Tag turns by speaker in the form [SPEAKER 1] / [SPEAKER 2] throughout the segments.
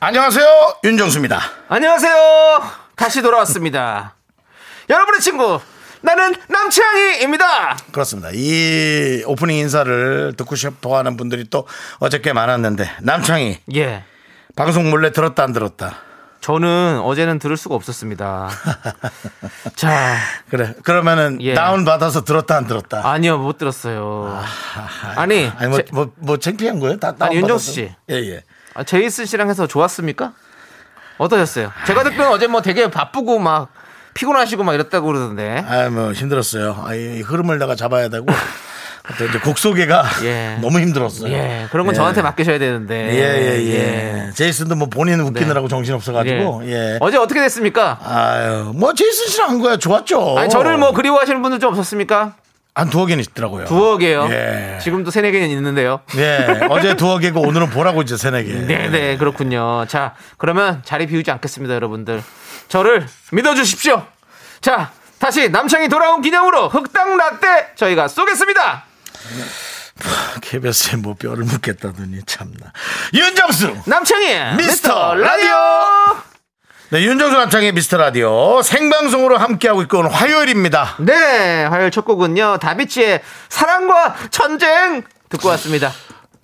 [SPEAKER 1] 안녕하세요 윤정수입니다
[SPEAKER 2] 안녕하세요. 다시 돌아왔습니다. 여러분의 친구, 나는 남창희입니다.
[SPEAKER 1] 그렇습니다 이 오프닝 인사를 듣고 싶어하는 분들이 또 어저께 많았는데 남창희
[SPEAKER 2] 예.
[SPEAKER 1] 방송 몰래 들었다 안 들었다
[SPEAKER 2] 저는 어제는 들을 수가 없었습니다. 자,
[SPEAKER 1] 그래 그러면은
[SPEAKER 2] 예.
[SPEAKER 1] 다운 받아서 들었다 안 들었다
[SPEAKER 2] 아니요, 못 들었어요. 아니,
[SPEAKER 1] 아니 뭐
[SPEAKER 2] 제-
[SPEAKER 1] 뭐 뭐 창피한 거예요 다 다운 받아서?
[SPEAKER 2] 윤정수 씨.
[SPEAKER 1] 예 예.
[SPEAKER 2] 아, 제이슨 씨랑 해서 좋았습니까? 어떠셨어요? 제가 듣기로는 어제 뭐 되게 바쁘고 막 피곤하시고 막 이랬다고 그러던데.
[SPEAKER 1] 아 뭐 힘들었어요. 아, 이 흐름을 내가 잡아야 되고 또 이제 곡 소개가
[SPEAKER 2] 예.
[SPEAKER 1] 너무 힘들었어요.
[SPEAKER 2] 예, 그런 건 저한테 맡기셔야 되는데.
[SPEAKER 1] 아, 예예예. 제이슨도 뭐 본인 웃기느라고 정신 없어가지고
[SPEAKER 2] 네. 예.
[SPEAKER 1] 예.
[SPEAKER 2] 어제 어떻게 됐습니까?
[SPEAKER 1] 아유 뭐 제이슨 씨랑 한 거야 좋았죠.
[SPEAKER 2] 아니, 저를 뭐 그리워하시는 분들 좀 없었습니까?
[SPEAKER 1] 한 두어 개는 있더라고요.
[SPEAKER 2] 두어 개요.
[SPEAKER 1] 예.
[SPEAKER 2] 지금도 세네 개는 있는데요.
[SPEAKER 1] 예. 어제 두어 개고 오늘은 보라고 이제 세네 개.
[SPEAKER 2] 네, 네, 그렇군요. 자, 그러면 자리 비우지 않겠습니다, 여러분들. 저를 믿어주십시오. 자, 다시 남창이 돌아온 기념으로 흑당 라떼 저희가 쏘겠습니다.
[SPEAKER 1] KBS에 뭐 뼈를 묻겠다더니 참나. 윤정수.
[SPEAKER 2] 남창이
[SPEAKER 1] 미스터 라디오. 네 윤정수 남창의 미스터 라디오 생방송으로 함께하고 있고 오늘 화요일입니다.
[SPEAKER 2] 네, 화요일 첫 곡은요 다비치의 사랑과 전쟁 듣고 왔습니다.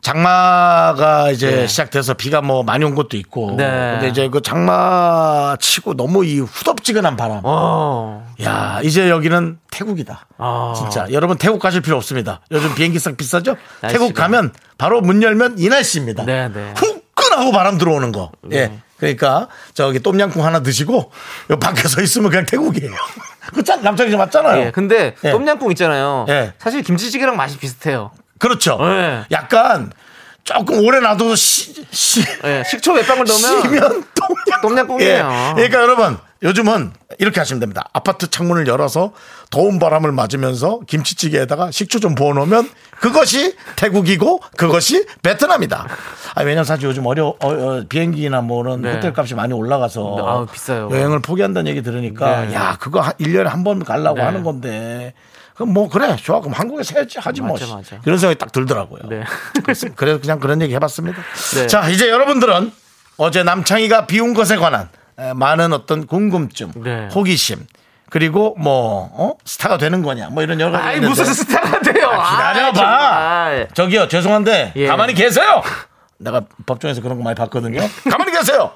[SPEAKER 1] 장마가 이제
[SPEAKER 2] 네.
[SPEAKER 1] 시작돼서 비가 뭐 많이 온 것도 있고
[SPEAKER 2] 네.
[SPEAKER 1] 근데 이제 그 장마 치고 너무 이 후덥지근한 바람
[SPEAKER 2] 어,
[SPEAKER 1] 야 이제 여기는 태국이다
[SPEAKER 2] 아.
[SPEAKER 1] 진짜 여러분 태국 가실 필요 없습니다 요즘 비행기값 비싸죠
[SPEAKER 2] 날씨가.
[SPEAKER 1] 태국 가면 바로 문 열면 이 날씨입니다
[SPEAKER 2] 네, 네.
[SPEAKER 1] 후끈하고 바람 들어오는 거 예. 그러니까 저기 똠양꿍 하나 드시고 요 밖에 서 있으면 그냥 태국이에요 그짠 남자이 좀 맞잖아요
[SPEAKER 2] 예, 근데
[SPEAKER 1] 예.
[SPEAKER 2] 똠양꿍 있잖아요.
[SPEAKER 1] 예.
[SPEAKER 2] 사실 김치찌개랑 맛이 비슷해요.
[SPEAKER 1] 그렇죠
[SPEAKER 2] 네.
[SPEAKER 1] 약간 조금 오래 놔둬서 시, 시,
[SPEAKER 2] 예, 식초 몇방울 넣으면
[SPEAKER 1] 시면 똥냥
[SPEAKER 2] 똥냥꿍이에요.
[SPEAKER 1] 그러니까 여러분 요즘은 이렇게 하시면 됩니다. 아파트 창문을 열어서 더운 바람을 맞으면서 김치찌개에다가 식초 좀 부어놓으면 그것이 태국이고 그것이 베트남이다. 아 왜냐면 사실 요즘 어려 어, 어, 비행기나 뭐는
[SPEAKER 2] 네.
[SPEAKER 1] 호텔 값이 많이 올라가서
[SPEAKER 2] 아우, 비싸요.
[SPEAKER 1] 여행을 포기한다는 얘기 들으니까
[SPEAKER 2] 네.
[SPEAKER 1] 야 그거 한 1년에 한 번 가려고
[SPEAKER 2] 네.
[SPEAKER 1] 하는 건데. 그럼 뭐 그래 좋아 그럼 한국에서 해야지 하지 뭐
[SPEAKER 2] 맞아, 맞아.
[SPEAKER 1] 이런 생각이 딱 들더라고요.
[SPEAKER 2] 네.
[SPEAKER 1] 그렇습니다. 그래서 그냥 그런 얘기 해봤습니다.
[SPEAKER 2] 네.
[SPEAKER 1] 자, 이제 여러분들은 어제 남창희가 비운 것에 관한 에, 많은 어떤 궁금증,
[SPEAKER 2] 네.
[SPEAKER 1] 호기심, 그리고 뭐 어? 스타가 되는 거냐, 뭐 이런 여러 가지.
[SPEAKER 2] 아이
[SPEAKER 1] 있는데. 아,
[SPEAKER 2] 무슨 스타가 돼요?
[SPEAKER 1] 기다려봐.
[SPEAKER 2] 아이, 정말.
[SPEAKER 1] 저기요, 죄송한데
[SPEAKER 2] 예.
[SPEAKER 1] 가만히 계세요. 내가 법정에서 그런 거 많이 봤거든요. 가만히 계세요.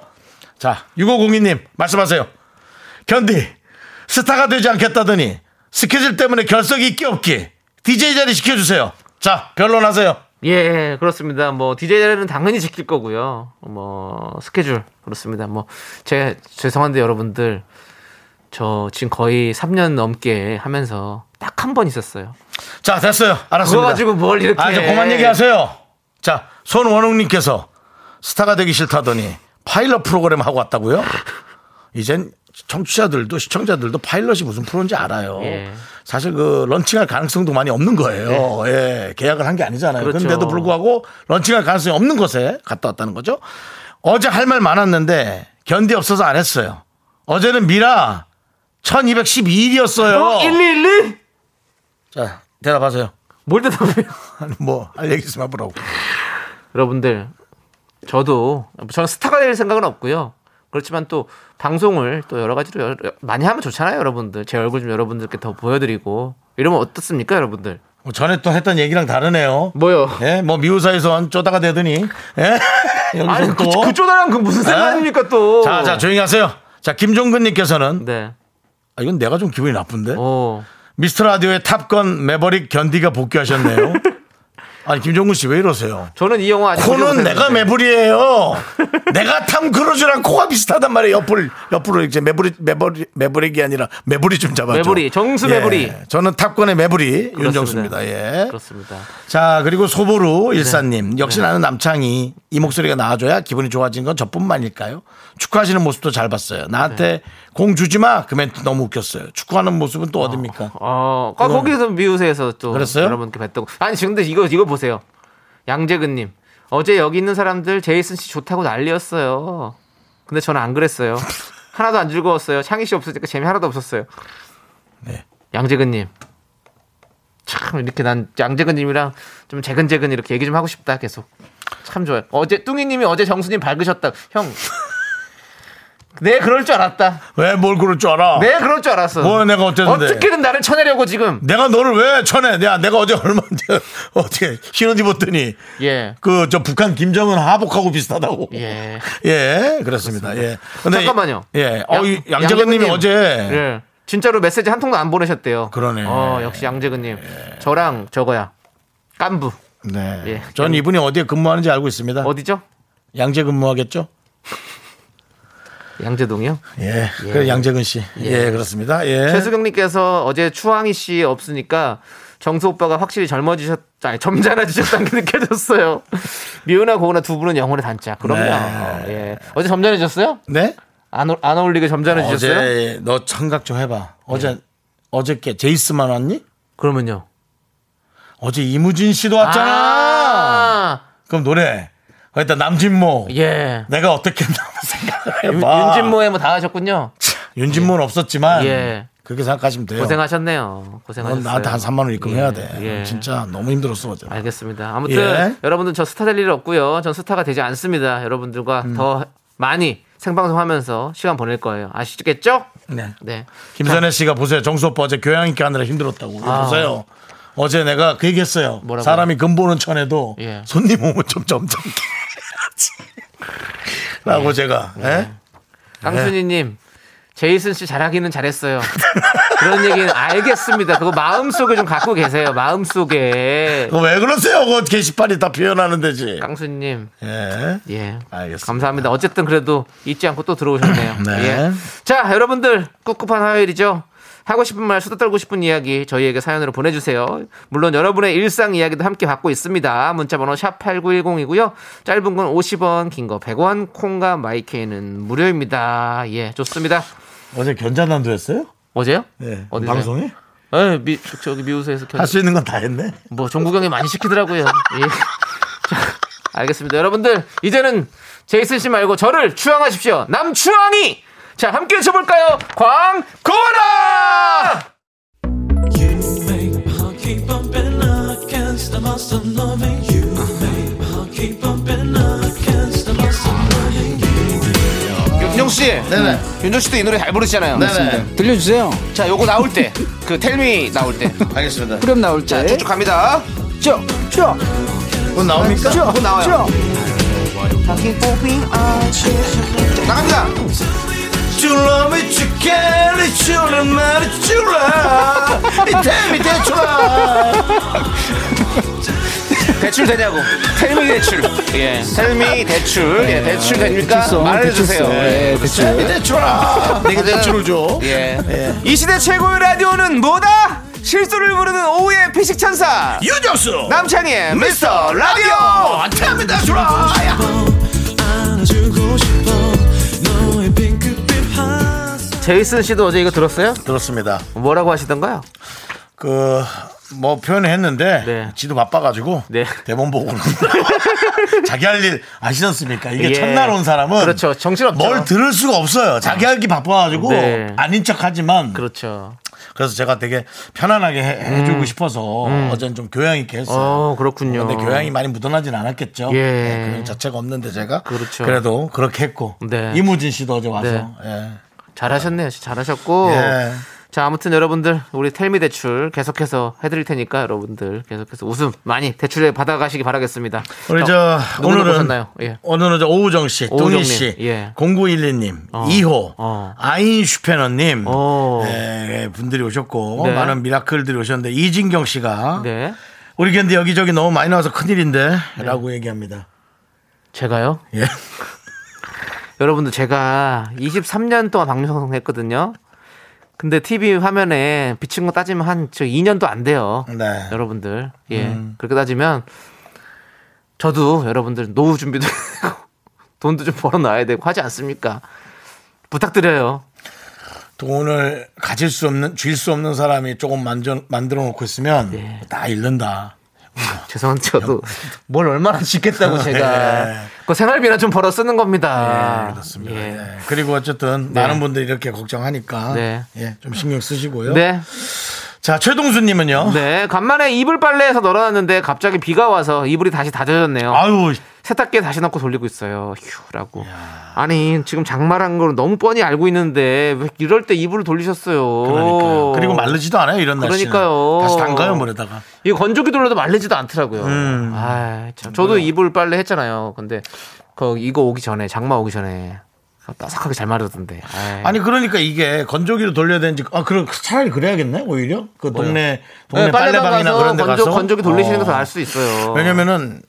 [SPEAKER 1] 자, 6502님 말씀하세요. 견디 스타가 되지 않겠다더니 스케줄 때문에 결석이 있기 없기 DJ 자리 시켜주세요. 자, 변론하세요.
[SPEAKER 2] 예, 그렇습니다. 뭐 DJ 자리는 당연히 지킬 거고요. 뭐 스케줄 그렇습니다. 뭐 제 죄송한데 여러분들 저 지금 거의 3년 넘게 하면서 딱 한 번 있었어요.
[SPEAKER 1] 자 됐어요 알았습니다
[SPEAKER 2] 그거 가지고 뭘 이렇게
[SPEAKER 1] 아, 저 그만 얘기하세요 자 손원웅님께서 스타가 되기 싫다더니 파일럿 프로그램 하고 왔다고요 이젠 청취자들도 시청자들도 파일럿이 무슨 프로인지 알아요
[SPEAKER 2] 예.
[SPEAKER 1] 사실 그 런칭할 가능성도 많이 없는 거예요 예, 계약을 한 게 아니잖아요 그
[SPEAKER 2] 그렇죠.
[SPEAKER 1] 런데도 불구하고 런칭할 가능성이 없는 곳에 갔다 왔다는 거죠 어제 할 말 많았는데 견디 없어서 안 했어요 어제는 미라 1212일이었어요
[SPEAKER 2] 어, 111?
[SPEAKER 1] 자 대답하세요
[SPEAKER 2] 뭘 대답해요?
[SPEAKER 1] 아니 뭐할 얘기 있으면 해보라고
[SPEAKER 2] 여러분들 저도 저는 스타가 될 생각은 없고요. 그렇지만 또 방송을 또 여러 가지로 여러- 많이 하면 좋잖아요, 여러분들. 제 얼굴 좀 여러분들께 더 보여드리고 이러면 어떻습니까, 여러분들?
[SPEAKER 1] 뭐 전에 또 했던 얘기랑 다르네요
[SPEAKER 2] 뭐요?
[SPEAKER 1] 예, 뭐 미우사에선 쪼다가 되더니 예? 여기서
[SPEAKER 2] 아니 그,
[SPEAKER 1] 또
[SPEAKER 2] 그 쪼다란 그 무슨 상관입니까 또?
[SPEAKER 1] 자, 자 조용히 하세요 자 김종근님께서는
[SPEAKER 2] 네. 어.
[SPEAKER 1] 아, 이건 내가 좀 기분이 나쁜데
[SPEAKER 2] 오.
[SPEAKER 1] 미스터 라디오의 탑건 매버릭 견디가 복귀하셨네요 아니 김종근 씨 왜 이러세요?
[SPEAKER 2] 저는 이 영화 아직 보지
[SPEAKER 1] 코는
[SPEAKER 2] 못했는데.
[SPEAKER 1] 내가 매불이에요. 내가 탐 크루즈랑 코가 비슷하단 말이에요. 옆을 옆으로 이제 매불이 매불이 매불이기 아니라 매불이 좀 잡아줘.
[SPEAKER 2] 매부리, 정수 매부리.
[SPEAKER 1] 예, 저는 탑권의 매불이
[SPEAKER 2] 그렇습니다.
[SPEAKER 1] 윤정수입니다. 예.
[SPEAKER 2] 그렇습니다.
[SPEAKER 1] 자 그리고 소보루
[SPEAKER 2] 네.
[SPEAKER 1] 일사님 역시 나는 남창이 이 목소리가 나와줘야 기분이 좋아진 건 저뿐만일까요? 축구하시는 모습도 잘 봤어요.
[SPEAKER 2] 네.
[SPEAKER 1] 나한테 공 주지 마그 멘트 너무 웃겼어요. 축구하는 모습은 또 어딥니까?
[SPEAKER 2] 어, 거- 거기서 미우새에서 또
[SPEAKER 1] 그랬어요?
[SPEAKER 2] 여러분께 뵀다고. 아니 지금 근데 이거 이거 보세요. 양재근님 어제 여기 있는 사람들 제이슨 씨 좋다고 난리였어요. 근데 저는 안 그랬어요. 하나도 안 즐거웠어요. 창희 씨 없으니까 재미 하나도 없었어요.
[SPEAKER 1] 네.
[SPEAKER 2] 양재근님 참 이렇게 난 양재근님이랑 좀 재근재근 이렇게 얘기 좀 하고 싶다 계속 참 좋아요. 어제 뚱이님이 어제 정수님 밝으셨다 형. 네 그럴 줄 알았다.
[SPEAKER 1] 왜 뭘 그럴 줄 알아?
[SPEAKER 2] 네 그럴 줄 알았어.
[SPEAKER 1] 뭐 내가 어땠는데?
[SPEAKER 2] 어떻게든 나를 쳐내려고 지금.
[SPEAKER 1] 내가 너를 왜 쳐내? 야, 내가 어제 얼마 전에 어떻게 흰옷 입었더니
[SPEAKER 2] 예.
[SPEAKER 1] 그 저 북한 김정은 하복하고 비슷하다고.
[SPEAKER 2] 예.
[SPEAKER 1] 예, 그렇습니다. 예. 근데
[SPEAKER 2] 잠깐만요.
[SPEAKER 1] 예. 어, 이
[SPEAKER 2] 양-
[SPEAKER 1] 양재근님이
[SPEAKER 2] 양재근님.
[SPEAKER 1] 어제
[SPEAKER 2] 예. 진짜로 메시지 한 통도 안 보내셨대요.
[SPEAKER 1] 그러네. 예.
[SPEAKER 2] 어, 역시 양재근님. 저랑 저거야. 깐부.
[SPEAKER 1] 네.
[SPEAKER 2] 예.
[SPEAKER 1] 전 이분이 어디에 근무하는지 알고 있습니다.
[SPEAKER 2] 어디죠?
[SPEAKER 1] 양재 근무하겠죠?
[SPEAKER 2] 양재동이요.
[SPEAKER 1] 예. 그래 양재근 씨. 예, 그렇습니다. 예.
[SPEAKER 2] 최수경님께서 어제 추황이 씨 없으니까 정수 오빠가 확실히 젊어지셨, 아니, 점잖아지셨다는 게 느껴졌어요. 미우나 고우나 두 분은 영혼의 단짝. 그럼요.
[SPEAKER 1] 네.
[SPEAKER 2] 예. 어제 점잖아지셨어요?
[SPEAKER 1] 네?
[SPEAKER 2] 안, 어- 안 어울리게 점잖아지셨어요?
[SPEAKER 1] 어제 너 청각 좀해 봐. 어제 어저께 제이스만 왔니?
[SPEAKER 2] 그러면요.
[SPEAKER 1] 어제 이무진 씨도 왔잖아.
[SPEAKER 2] 아!
[SPEAKER 1] 그럼 노래. 일단 남진모.
[SPEAKER 2] 예.
[SPEAKER 1] 내가 어떻게 나온 생각을
[SPEAKER 2] 윤-
[SPEAKER 1] 해봐.
[SPEAKER 2] 윤진모에 뭐 다 하셨군요.
[SPEAKER 1] 윤진모는 없었지만
[SPEAKER 2] 예.
[SPEAKER 1] 그렇게 생각하시면 돼요.
[SPEAKER 2] 고생하셨네요.
[SPEAKER 1] 넌
[SPEAKER 2] 고생하셨어요.
[SPEAKER 1] 나한테 한 3만 원 입금해야
[SPEAKER 2] 예,
[SPEAKER 1] 돼.
[SPEAKER 2] 예.
[SPEAKER 1] 진짜 너무 힘들었어 어제.
[SPEAKER 2] 알겠습니다. 아무튼
[SPEAKER 1] 예.
[SPEAKER 2] 여러분들 저 스타 될 일 없고요. 전 스타가 되지 않습니다. 여러분들과
[SPEAKER 1] 음.
[SPEAKER 2] 더 많이 생방송하면서 시간 보낼 거예요. 아시겠죠?
[SPEAKER 1] 네.
[SPEAKER 2] 네.
[SPEAKER 1] 김선혜 씨가 보세요. 정수 오빠 어제 교양 있게 하느라 힘들었다고. 이거
[SPEAKER 2] 아.
[SPEAKER 1] 보세요. 어제 내가 그 얘기했어요.
[SPEAKER 2] 뭐라고요?
[SPEAKER 1] 사람이 근본은 천해도
[SPEAKER 2] 예.
[SPEAKER 1] 손님 오면 좀 점잖게 해야지. 라고 제가. 예?
[SPEAKER 2] 강순희님, 제이슨 씨 잘하기는 잘했어요. 그런 얘기는 알겠습니다. 그거 마음 속에 좀 갖고 계세요. 마음 속에.
[SPEAKER 1] 그거 왜 그러세요? 그 게시판이 다 표현하는 데지.
[SPEAKER 2] 강순희님,
[SPEAKER 1] 예.
[SPEAKER 2] 예.
[SPEAKER 1] 알겠습니다.
[SPEAKER 2] 감사합니다. 어쨌든 그래도 잊지 않고 또 들어오셨네요.
[SPEAKER 1] 네.
[SPEAKER 2] 예. 자, 여러분들 꿉꿉한 화요일이죠. 하고 싶은 말, 수다 떨고 싶은 이야기 저희에게 사연으로 보내주세요. 물론 여러분의 일상 이야기도 함께 받고 있습니다. 문자번호 샵 8910이고요. 짧은 건 50원, 긴 거 100원, 콩과 마이케이는 무료입니다. 예, 좋습니다.
[SPEAKER 1] 어제 견자단도 했어요?
[SPEAKER 2] 어제요?
[SPEAKER 1] 예.
[SPEAKER 2] 어디서요?
[SPEAKER 1] 방송에? 아,
[SPEAKER 2] 예, 미, 저기 미우새에서 켰
[SPEAKER 1] 할 수 있는 건 다 했네.
[SPEAKER 2] 뭐 종국영이 많이 시키더라고요. 예. 자, 알겠습니다. 여러분들 이제는 제이슨 씨 말고 저를 추앙하십시오. 남추앙이. 자 함께 쳐볼까요? 광고라.
[SPEAKER 3] You make my heart keep bumping. I can't stop myself loving you. Make my heart keep bumping. I can't stop myself loving you.
[SPEAKER 2] 윤종 씨. 네네. 윤종 씨도 이 노래 잘 부르시잖아요.
[SPEAKER 1] 네네.
[SPEAKER 4] 들려주세요.
[SPEAKER 2] 자 요거 나올 때, 그 텔미 나올 때
[SPEAKER 1] 알겠습니다.
[SPEAKER 4] 그럼 나올 때.
[SPEAKER 2] 쭉쭉 갑니다.
[SPEAKER 4] 쭉, 쭉,
[SPEAKER 1] 곧 나옵니까?
[SPEAKER 4] 쭉,
[SPEAKER 2] 또 나와요.
[SPEAKER 4] 쭉.
[SPEAKER 2] 나갑니다.
[SPEAKER 1] You love me, you care, you love me, you love. You tell me that you love.
[SPEAKER 2] 대출 되냐고. 텔미 대출. 예. 텔미 대출. 예. 대출 됩니까?
[SPEAKER 4] 대출성,
[SPEAKER 2] 말해주세요.
[SPEAKER 4] 대출성.
[SPEAKER 1] Tell me
[SPEAKER 4] 예, 대출.
[SPEAKER 1] that you love. 내게 대출을 줘.
[SPEAKER 2] 예. 이 시대 최고의 라디오는 뭐다? 실수를 부르는 오후의 피식 천사.
[SPEAKER 1] 유정수.
[SPEAKER 2] 남창희의
[SPEAKER 1] 미스터 라디오. Tell me that you love.
[SPEAKER 3] 안아주고 싶어. 너의 핑크빛 하수.
[SPEAKER 2] 제이슨 씨도 어제 이거 들었어요?
[SPEAKER 1] 들었습니다.
[SPEAKER 2] 뭐라고 하시던가요?
[SPEAKER 1] 그 뭐 표현을 했는데
[SPEAKER 2] 네.
[SPEAKER 1] 지도 바빠가지고
[SPEAKER 2] 네.
[SPEAKER 1] 대본 보고 그러는 거예요. 자기 할 일 아시지 않습니까? 이게
[SPEAKER 2] 예.
[SPEAKER 1] 첫날 온 사람은
[SPEAKER 2] 그렇죠. 정신없죠.
[SPEAKER 1] 뭘 들을 수가 없어요. 자기 할 게 바빠가지고
[SPEAKER 2] 네.
[SPEAKER 1] 아닌 척하지만
[SPEAKER 2] 그렇죠. 음.
[SPEAKER 1] 그래서 제가 되게 편안하게 해, 주고 싶어서 어젠 좀 교양 있게 했어요.
[SPEAKER 2] 어, 그렇군요.
[SPEAKER 1] 근데 교양이 많이 묻어나진 않았겠죠.
[SPEAKER 2] 예.
[SPEAKER 1] 네, 교양 자체가 없는데 제가
[SPEAKER 2] 그렇죠.
[SPEAKER 1] 래도 그렇게 했고
[SPEAKER 2] 네.
[SPEAKER 1] 이무진 씨도 어제 와서
[SPEAKER 2] 네.
[SPEAKER 1] 예.
[SPEAKER 2] 잘하셨네요. 진짜 잘하셨고.
[SPEAKER 1] 예.
[SPEAKER 2] 자, 아무튼 여러분들 우리 텔미 대출 계속해서 해드릴 테니까 여러분들 계속해서 웃음 많이 대출해 받아가시기 바라겠습니다.
[SPEAKER 1] 우리
[SPEAKER 2] 어,
[SPEAKER 1] 저
[SPEAKER 2] 누구
[SPEAKER 1] 오늘은
[SPEAKER 2] 보셨나요? 예.
[SPEAKER 1] 오늘은 저 오우정 씨,
[SPEAKER 2] 오우정
[SPEAKER 1] 뚱이
[SPEAKER 2] 님,
[SPEAKER 1] 씨,
[SPEAKER 2] 예.
[SPEAKER 1] 0911님, 이 2호,
[SPEAKER 2] 어.
[SPEAKER 1] 아인슈페너님
[SPEAKER 2] 어.
[SPEAKER 1] 예, 분들이 오셨고
[SPEAKER 2] 네.
[SPEAKER 1] 많은 미라클들이 오셨는데 이진경 씨가
[SPEAKER 2] 네.
[SPEAKER 1] 우리 견디 여기저기 너무 많이 나와서 큰일인데 라고 얘기합니다.
[SPEAKER 2] 제가요?
[SPEAKER 1] 예.
[SPEAKER 2] 여러분들 제가 23년 동안 방송 했거든요. 근데 TV 화면에 비친 거 따지면 한 저 2년도 안 돼요.
[SPEAKER 1] 네.
[SPEAKER 2] 여러분들. 예.
[SPEAKER 1] 음.
[SPEAKER 2] 그렇게 따지면 저도 여러분들 노후 준비도 되고 돈도 좀 벌어 놔야 되고 하지 않습니까? 부탁드려요.
[SPEAKER 1] 돈을 가질 수 없는, 쥘 수 없는 사람이 조금 만져, 만들어 놓고 있으면
[SPEAKER 2] 예.
[SPEAKER 1] 다 잃는다.
[SPEAKER 2] 죄송한데 저도 뭘 얼마나 짓겠다고 제가
[SPEAKER 1] 예.
[SPEAKER 2] 그 생활비나 좀 벌어 쓰는 겁니다.
[SPEAKER 1] 예, 그렇습니다.
[SPEAKER 2] 예.
[SPEAKER 1] 예. 그리고 어쨌든
[SPEAKER 2] 네.
[SPEAKER 1] 많은 분들이 이렇게 걱정하니까
[SPEAKER 2] 네.
[SPEAKER 1] 예, 좀 신경 쓰시고요.
[SPEAKER 2] 네.
[SPEAKER 1] 자, 최동수님은요.
[SPEAKER 2] 네, 간만에 이불 빨래해서 널어놨는데 갑자기 비가 와서 이불이 다시 다 젖었네요.
[SPEAKER 1] 아유,
[SPEAKER 2] 세탁기에 다시 넣고 돌리고 있어요. 휴라고. 아니 지금 장마란 걸 너무 뻔히 알고 있는데 왜 이럴 때 이불을 돌리셨어요?
[SPEAKER 1] 그러니까요. 그리고 마르지도 않아요, 이런 날씨는.
[SPEAKER 2] 그러니까요.
[SPEAKER 1] 다시 담가요, 물에다가.
[SPEAKER 2] 이 건조기 돌려도 말리지도 않더라고요.
[SPEAKER 1] 음.
[SPEAKER 2] 아, 참. 저도 이불 빨래 했잖아요. 근데 그 이거 오기 전에 장마 오기 전에 따삭하게 잘 마르던데. 아이. 네,
[SPEAKER 1] 아니, 그러니까 이게 건조기로 돌려야 되는지, 아, 그럼 차라리 그래야겠네, 오히려? 그 동네, 동네
[SPEAKER 2] 네,
[SPEAKER 1] 빨래방이나 그런 데
[SPEAKER 2] 건조,
[SPEAKER 1] 가서.
[SPEAKER 2] 건조기 돌리시는
[SPEAKER 1] 어.
[SPEAKER 2] 것을 알 수 있어요.
[SPEAKER 1] 왜냐면은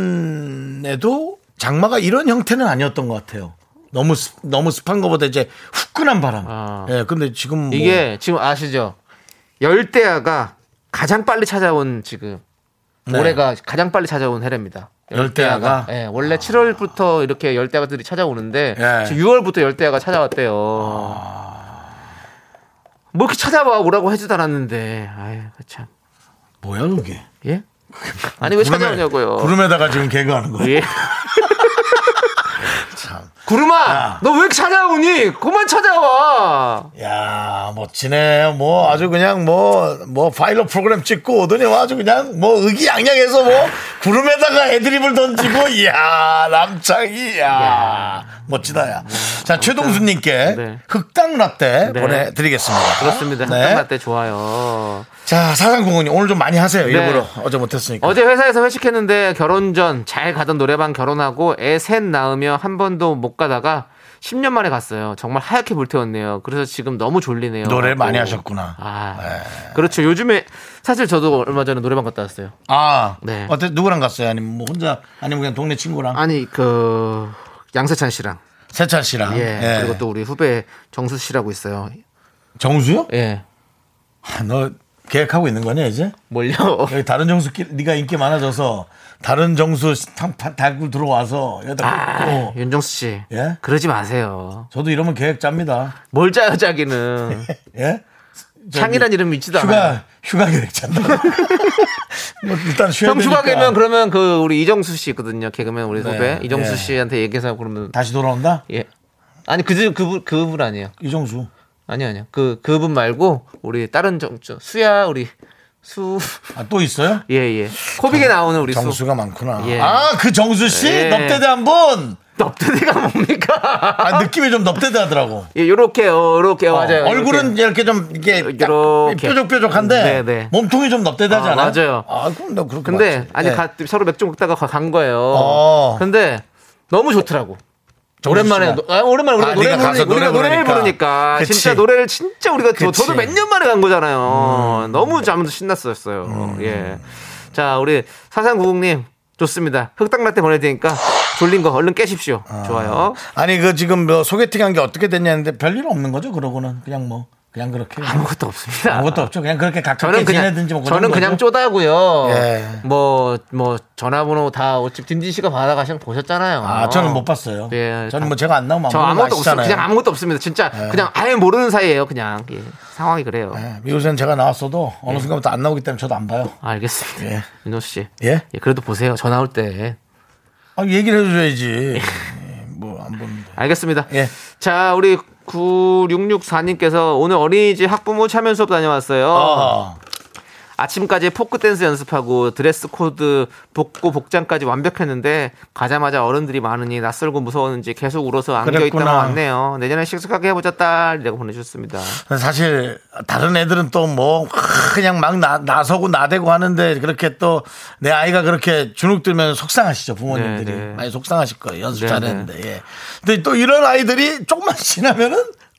[SPEAKER 1] 작년에도 장마가 이런 형태는 아니었던 것 같아요. 너무 습, 너무 습한 것보다 이제 후끈한 바람.
[SPEAKER 2] 아.
[SPEAKER 1] 예, 근데 지금 뭐
[SPEAKER 2] 이게 지금 아시죠? 열대야가 가장 빨리 찾아온 지금
[SPEAKER 1] 네.
[SPEAKER 2] 올해가 가장 빨리 찾아온 해랍니다.
[SPEAKER 1] 열대야가? 아.
[SPEAKER 2] 예, 원래 7월부터 이렇게 열대야들이 찾아오는데
[SPEAKER 1] 예.
[SPEAKER 2] 지금 6월부터 열대야가 찾아왔대요. 뭐 이렇게 찾아와 오라고 해주도 않았는데, 아유 참,
[SPEAKER 1] 뭐야 그게?
[SPEAKER 2] 예? 아니 왜 찾아오냐고요?
[SPEAKER 1] 구름에다가 지금 개그하는 거예요.
[SPEAKER 2] 예.
[SPEAKER 1] 참.
[SPEAKER 2] 구름아, 너 왜 이렇게 찾아오니? 그만 찾아와.
[SPEAKER 1] 야 멋지네. 뭐 아주 그냥 뭐 뭐 파일럿 프로그램 찍고 오더니 아주 그냥 뭐 의기양양해서 뭐 구름에다가 애드립을 던지고 이야 남창이야 멋지다야. 자 최동수님께
[SPEAKER 2] 네.
[SPEAKER 1] 흑당 라떼
[SPEAKER 2] 네.
[SPEAKER 1] 보내드리겠습니다.
[SPEAKER 2] 그렇습니다.
[SPEAKER 1] 네.
[SPEAKER 2] 한강 라떼 좋아요.
[SPEAKER 1] 자 사장공원님 오늘 좀 많이 하세요. 일부러 어제 못했으니까.
[SPEAKER 2] 네. 어제 회사에서 회식했는데 결혼 전 잘 가던 노래방 결혼하고 애 셋 낳으며 한 번도 못 가다가 10년 만에 갔어요. 정말 하얗게 불태웠네요. 그래서 지금 너무 졸리네요.
[SPEAKER 1] 노래 많이 네.
[SPEAKER 2] 오.
[SPEAKER 1] 하셨구나.
[SPEAKER 2] 아, 그렇죠. 요즘에 사실 저도 얼마 전에 노래방 갔다 왔어요.
[SPEAKER 1] 아
[SPEAKER 2] 네.
[SPEAKER 1] 어때 누구랑 갔어요? 아니면 뭐 혼자 아니면 그냥 동네 친구랑
[SPEAKER 2] 아니 그 양세찬 씨랑
[SPEAKER 1] 세찬 씨랑
[SPEAKER 2] 예,
[SPEAKER 1] 예.
[SPEAKER 2] 그리고 또 우리 후배 정수 씨라고 있어요.
[SPEAKER 1] 정수요?
[SPEAKER 2] 예,
[SPEAKER 1] 아, 너 계획하고 있는 거냐 이제?
[SPEAKER 2] 몰려.
[SPEAKER 1] 여기 다른 정수 끼- 네가 인기 많아져서 다른 정수 탕 파- 달고 들어와서 여기다
[SPEAKER 2] 아,
[SPEAKER 1] 꽂고.
[SPEAKER 2] 윤정수 씨,
[SPEAKER 1] 예?
[SPEAKER 2] 그러지 마세요.
[SPEAKER 1] 저도 이러면 계획 짭니다.
[SPEAKER 2] 뭘 짜요 자기는.
[SPEAKER 1] 예?
[SPEAKER 2] 창이란 이름 믿지도 않아요.
[SPEAKER 1] 휴가 휴가 계획 짠다. 뭐 일단 쉬어야
[SPEAKER 2] 형 휴가
[SPEAKER 1] 되니까.
[SPEAKER 2] 개면 그러면 그 우리 이정수 씨 있거든요. 개그맨 우리
[SPEAKER 1] 네,
[SPEAKER 2] 후배 이정수
[SPEAKER 1] 예.
[SPEAKER 2] 씨한테 얘기해서 그러면
[SPEAKER 1] 다시 돌아온다?
[SPEAKER 2] 예. 아니 그분 그분 그분 아니에요.
[SPEAKER 1] 이정수.
[SPEAKER 2] 아니 아니요. 그 그분 말고 우리 다른 정수 수야 우리 수
[SPEAKER 1] 아, 또 있어요?
[SPEAKER 2] 예, 예. 코빅에 나오는 우리 수.
[SPEAKER 1] 정수가 많구나.
[SPEAKER 2] 예.
[SPEAKER 1] 아, 그 정수 씨?
[SPEAKER 2] 예.
[SPEAKER 1] 넙대대 한 번.
[SPEAKER 2] 넙대대가 뭡니까?
[SPEAKER 1] 아, 느낌이 좀 넙대대 하더라고.
[SPEAKER 2] 예, 요렇게 요렇게 맞아요.
[SPEAKER 1] 어, 얼굴은 이렇게 좀 이게 딱
[SPEAKER 2] 요렇게.
[SPEAKER 1] 뾰족뾰족한데
[SPEAKER 2] 네, 네.
[SPEAKER 1] 몸통이 좀 넙대대하지
[SPEAKER 2] 아,
[SPEAKER 1] 않아요?
[SPEAKER 2] 맞아요.
[SPEAKER 1] 아, 그럼 나 그렇게
[SPEAKER 2] 근데
[SPEAKER 1] 맞지.
[SPEAKER 2] 아니
[SPEAKER 1] 예.
[SPEAKER 2] 가, 서로 맥주 먹다가 가- 간 거예요.
[SPEAKER 1] 어.
[SPEAKER 2] 근데 너무 좋더라고. 오랜만에
[SPEAKER 1] 정수 씨가.
[SPEAKER 2] 아, 오랜만에 우리가
[SPEAKER 1] 아,
[SPEAKER 2] 노래
[SPEAKER 1] 네가 가서
[SPEAKER 2] 부르니까,
[SPEAKER 1] 노래
[SPEAKER 2] 우리가 노래를
[SPEAKER 1] 부르니까.
[SPEAKER 2] 부르니까
[SPEAKER 1] 그치.
[SPEAKER 2] 진짜 노래를 진짜 우리가
[SPEAKER 1] 그치.
[SPEAKER 2] 저,
[SPEAKER 1] 음.
[SPEAKER 2] 저도 몇 년 만에 간 거잖아요. 너무 잠도 신났었어요. 예. 자 우리 사상구국님 좋습니다. 흑당라떼 보내드니까 졸린 거 얼른 깨십시오. 좋아요.
[SPEAKER 1] 아니 그 지금 뭐 소개팅한 게 어떻게 됐냐는데 별일 없는 거죠 그러고는 그냥 뭐 그냥 그렇게
[SPEAKER 2] 아무것도 없습니다.
[SPEAKER 1] 아무것도 없죠 그냥 그렇게 가깝게
[SPEAKER 2] 저는 그냥
[SPEAKER 1] 지내든지 뭐
[SPEAKER 2] 저는 그냥
[SPEAKER 1] 거죠?
[SPEAKER 2] 쪼다고요.
[SPEAKER 1] 예.
[SPEAKER 2] 뭐 뭐 전화번호 다 어차피 딘딘 씨가 받아가신 거 보셨잖아요.
[SPEAKER 1] 아 저는 못 봤어요.
[SPEAKER 2] 예,
[SPEAKER 1] 저는
[SPEAKER 2] 다-
[SPEAKER 1] 뭐 제가 안 나오면
[SPEAKER 2] 저
[SPEAKER 1] 아무것도
[SPEAKER 2] 아무것도 없어요.
[SPEAKER 1] 아시잖아요.
[SPEAKER 2] 그냥 아무것도 없습니다. 진짜 그냥 아예 모르는 사이예요. 그냥 예, 상황이 그래요.
[SPEAKER 1] 예, 미우새는 제가 나왔어도 어느
[SPEAKER 2] 예.
[SPEAKER 1] 순간부터 안 나오기 때문에 저도 안 봐요.
[SPEAKER 2] 알겠습니다.
[SPEAKER 1] 예.
[SPEAKER 2] 윤호 씨.
[SPEAKER 1] 예?
[SPEAKER 2] 그래도 보세요. 전화 올 때.
[SPEAKER 1] 아, 얘기를 해줘야지. 뭐 안 봅니다.
[SPEAKER 2] 알겠습니다.
[SPEAKER 1] 예.
[SPEAKER 2] 자, 우리 9664님께서 오늘 어린이집 학부모 참여 수업 다녀왔어요.
[SPEAKER 1] 어.
[SPEAKER 2] 아침까지 포크 댄스 연습하고 드레스 코드 복고 복장까지 완벽했는데 가자마자 어른들이 많으니 낯설고 무서웠는지 계속 울어서 안겨 있다가
[SPEAKER 1] 그랬구나.
[SPEAKER 2] 왔네요. 내년에 씩씩하게 해보자 딸이라고 보내주셨습니다.
[SPEAKER 1] 사실 다른 애들은 또 뭐 그냥 막 나, 나서고 나대고 하는데 그렇게 또 내 아이가 그렇게 주눅들면 속상하시죠 부모님들이
[SPEAKER 2] 네, 네.
[SPEAKER 1] 많이 속상하실 거예요 연습
[SPEAKER 2] 네,
[SPEAKER 1] 잘했는데 예. 근데 또 이런 아이들이 조금만 지나면은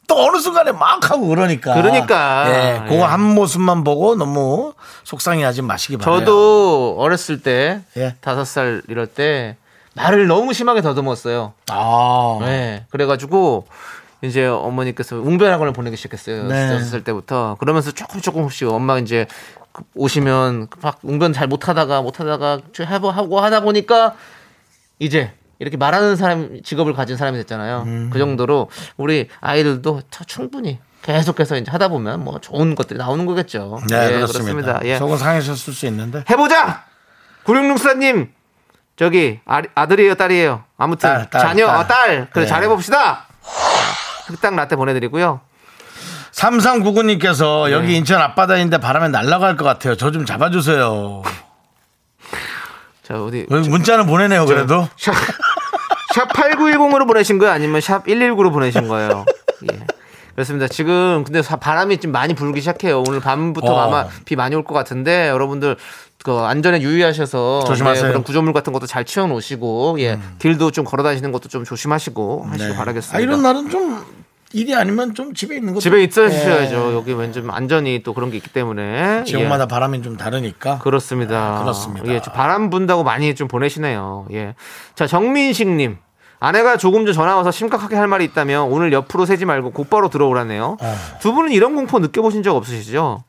[SPEAKER 1] 또 어느 순간에 막 하고 그러니까.
[SPEAKER 2] 그러니까.
[SPEAKER 1] 예, 그거
[SPEAKER 2] 예.
[SPEAKER 1] 한 모습만 보고 너무 속상해하지 마시기 바래요.
[SPEAKER 2] 저도 어렸을 때
[SPEAKER 1] 예.
[SPEAKER 2] 다섯 살 이럴 때 말을 너무 심하게 더듬었어요.
[SPEAKER 1] 아.
[SPEAKER 2] 네. 그래가지고 이제 어머니께서 웅변학원을 보내기 시작했어요.
[SPEAKER 1] 네.
[SPEAKER 2] 다섯 살 때부터 그러면서 조금 조금씩 엄마 이제 그 오시면 막 웅변 잘 못하다가 못하다가 해보 하고 하다 보니까 이제 이렇게 말하는 사람 직업을 가진 사람이 됐잖아요.
[SPEAKER 1] 음.
[SPEAKER 2] 그 정도로 우리 아이들도 차- 충분히 계속해서 이제 하다 보면 뭐 좋은 것들이 나오는 거겠죠.
[SPEAKER 1] 네,
[SPEAKER 2] 예,
[SPEAKER 1] 그렇습니다.
[SPEAKER 2] 예.
[SPEAKER 1] 속은 상해셨을 수 있는데.
[SPEAKER 2] 해보자! 9664님, 저기, 아, 아들이에요, 딸이에요? 아무튼,
[SPEAKER 1] 딸, 딸,
[SPEAKER 2] 자녀,
[SPEAKER 1] 딸.
[SPEAKER 2] 어, 딸. 그래,
[SPEAKER 1] 네.
[SPEAKER 2] 잘해봅시다! 흑당 라떼 보내드리고요.
[SPEAKER 1] 3399님께서
[SPEAKER 2] 네.
[SPEAKER 1] 여기 인천 앞바다인데 바람에 날아갈 것 같아요. 저 좀 잡아주세요.
[SPEAKER 2] 자, 어디.
[SPEAKER 1] 어, 문자는 보내네요, 그래도.
[SPEAKER 2] 샵, 샵 8910으로 보내신 거예요? 아니면 샵 119로 보내신 거예요? 예. 그렇습니다. 지금, 근데 사- 바람이 좀 많이 불기 시작해요. 오늘 밤부터
[SPEAKER 1] 어.
[SPEAKER 2] 아마 비 많이 올 것 같은데, 여러분들, 그 안전에 유의하셔서 네,
[SPEAKER 1] 조심하세요. 음.
[SPEAKER 2] 그런 구조물 같은 것도 잘 치워 놓으시고 예 길도 좀 걸어 다니시는 것도 좀 조심하시고 하시길
[SPEAKER 1] 네.
[SPEAKER 2] 바라겠습니다.
[SPEAKER 1] 아, 이런 날은 좀 일이 아니면 좀 집에 있는 거
[SPEAKER 2] 집에 있어 주셔야죠. 여기 왠지 좀 안전이 또 그런 게 있기 때문에.
[SPEAKER 1] 예. 지역마다
[SPEAKER 2] 예.
[SPEAKER 1] 바람이 좀 다르니까.
[SPEAKER 2] 그렇습니다.
[SPEAKER 1] 그렇습니다.
[SPEAKER 2] 예, 좀 바람 분다고 많이 좀 보내시네요. 예. 자, 정민식님. 아내가 조금 전 전화 와서 심각하게 할 말이 있다면 오늘 옆으로 새지 말고 곧바로 들어오라네요. 두 분은 이런 공포 느껴보신 적 없으시죠?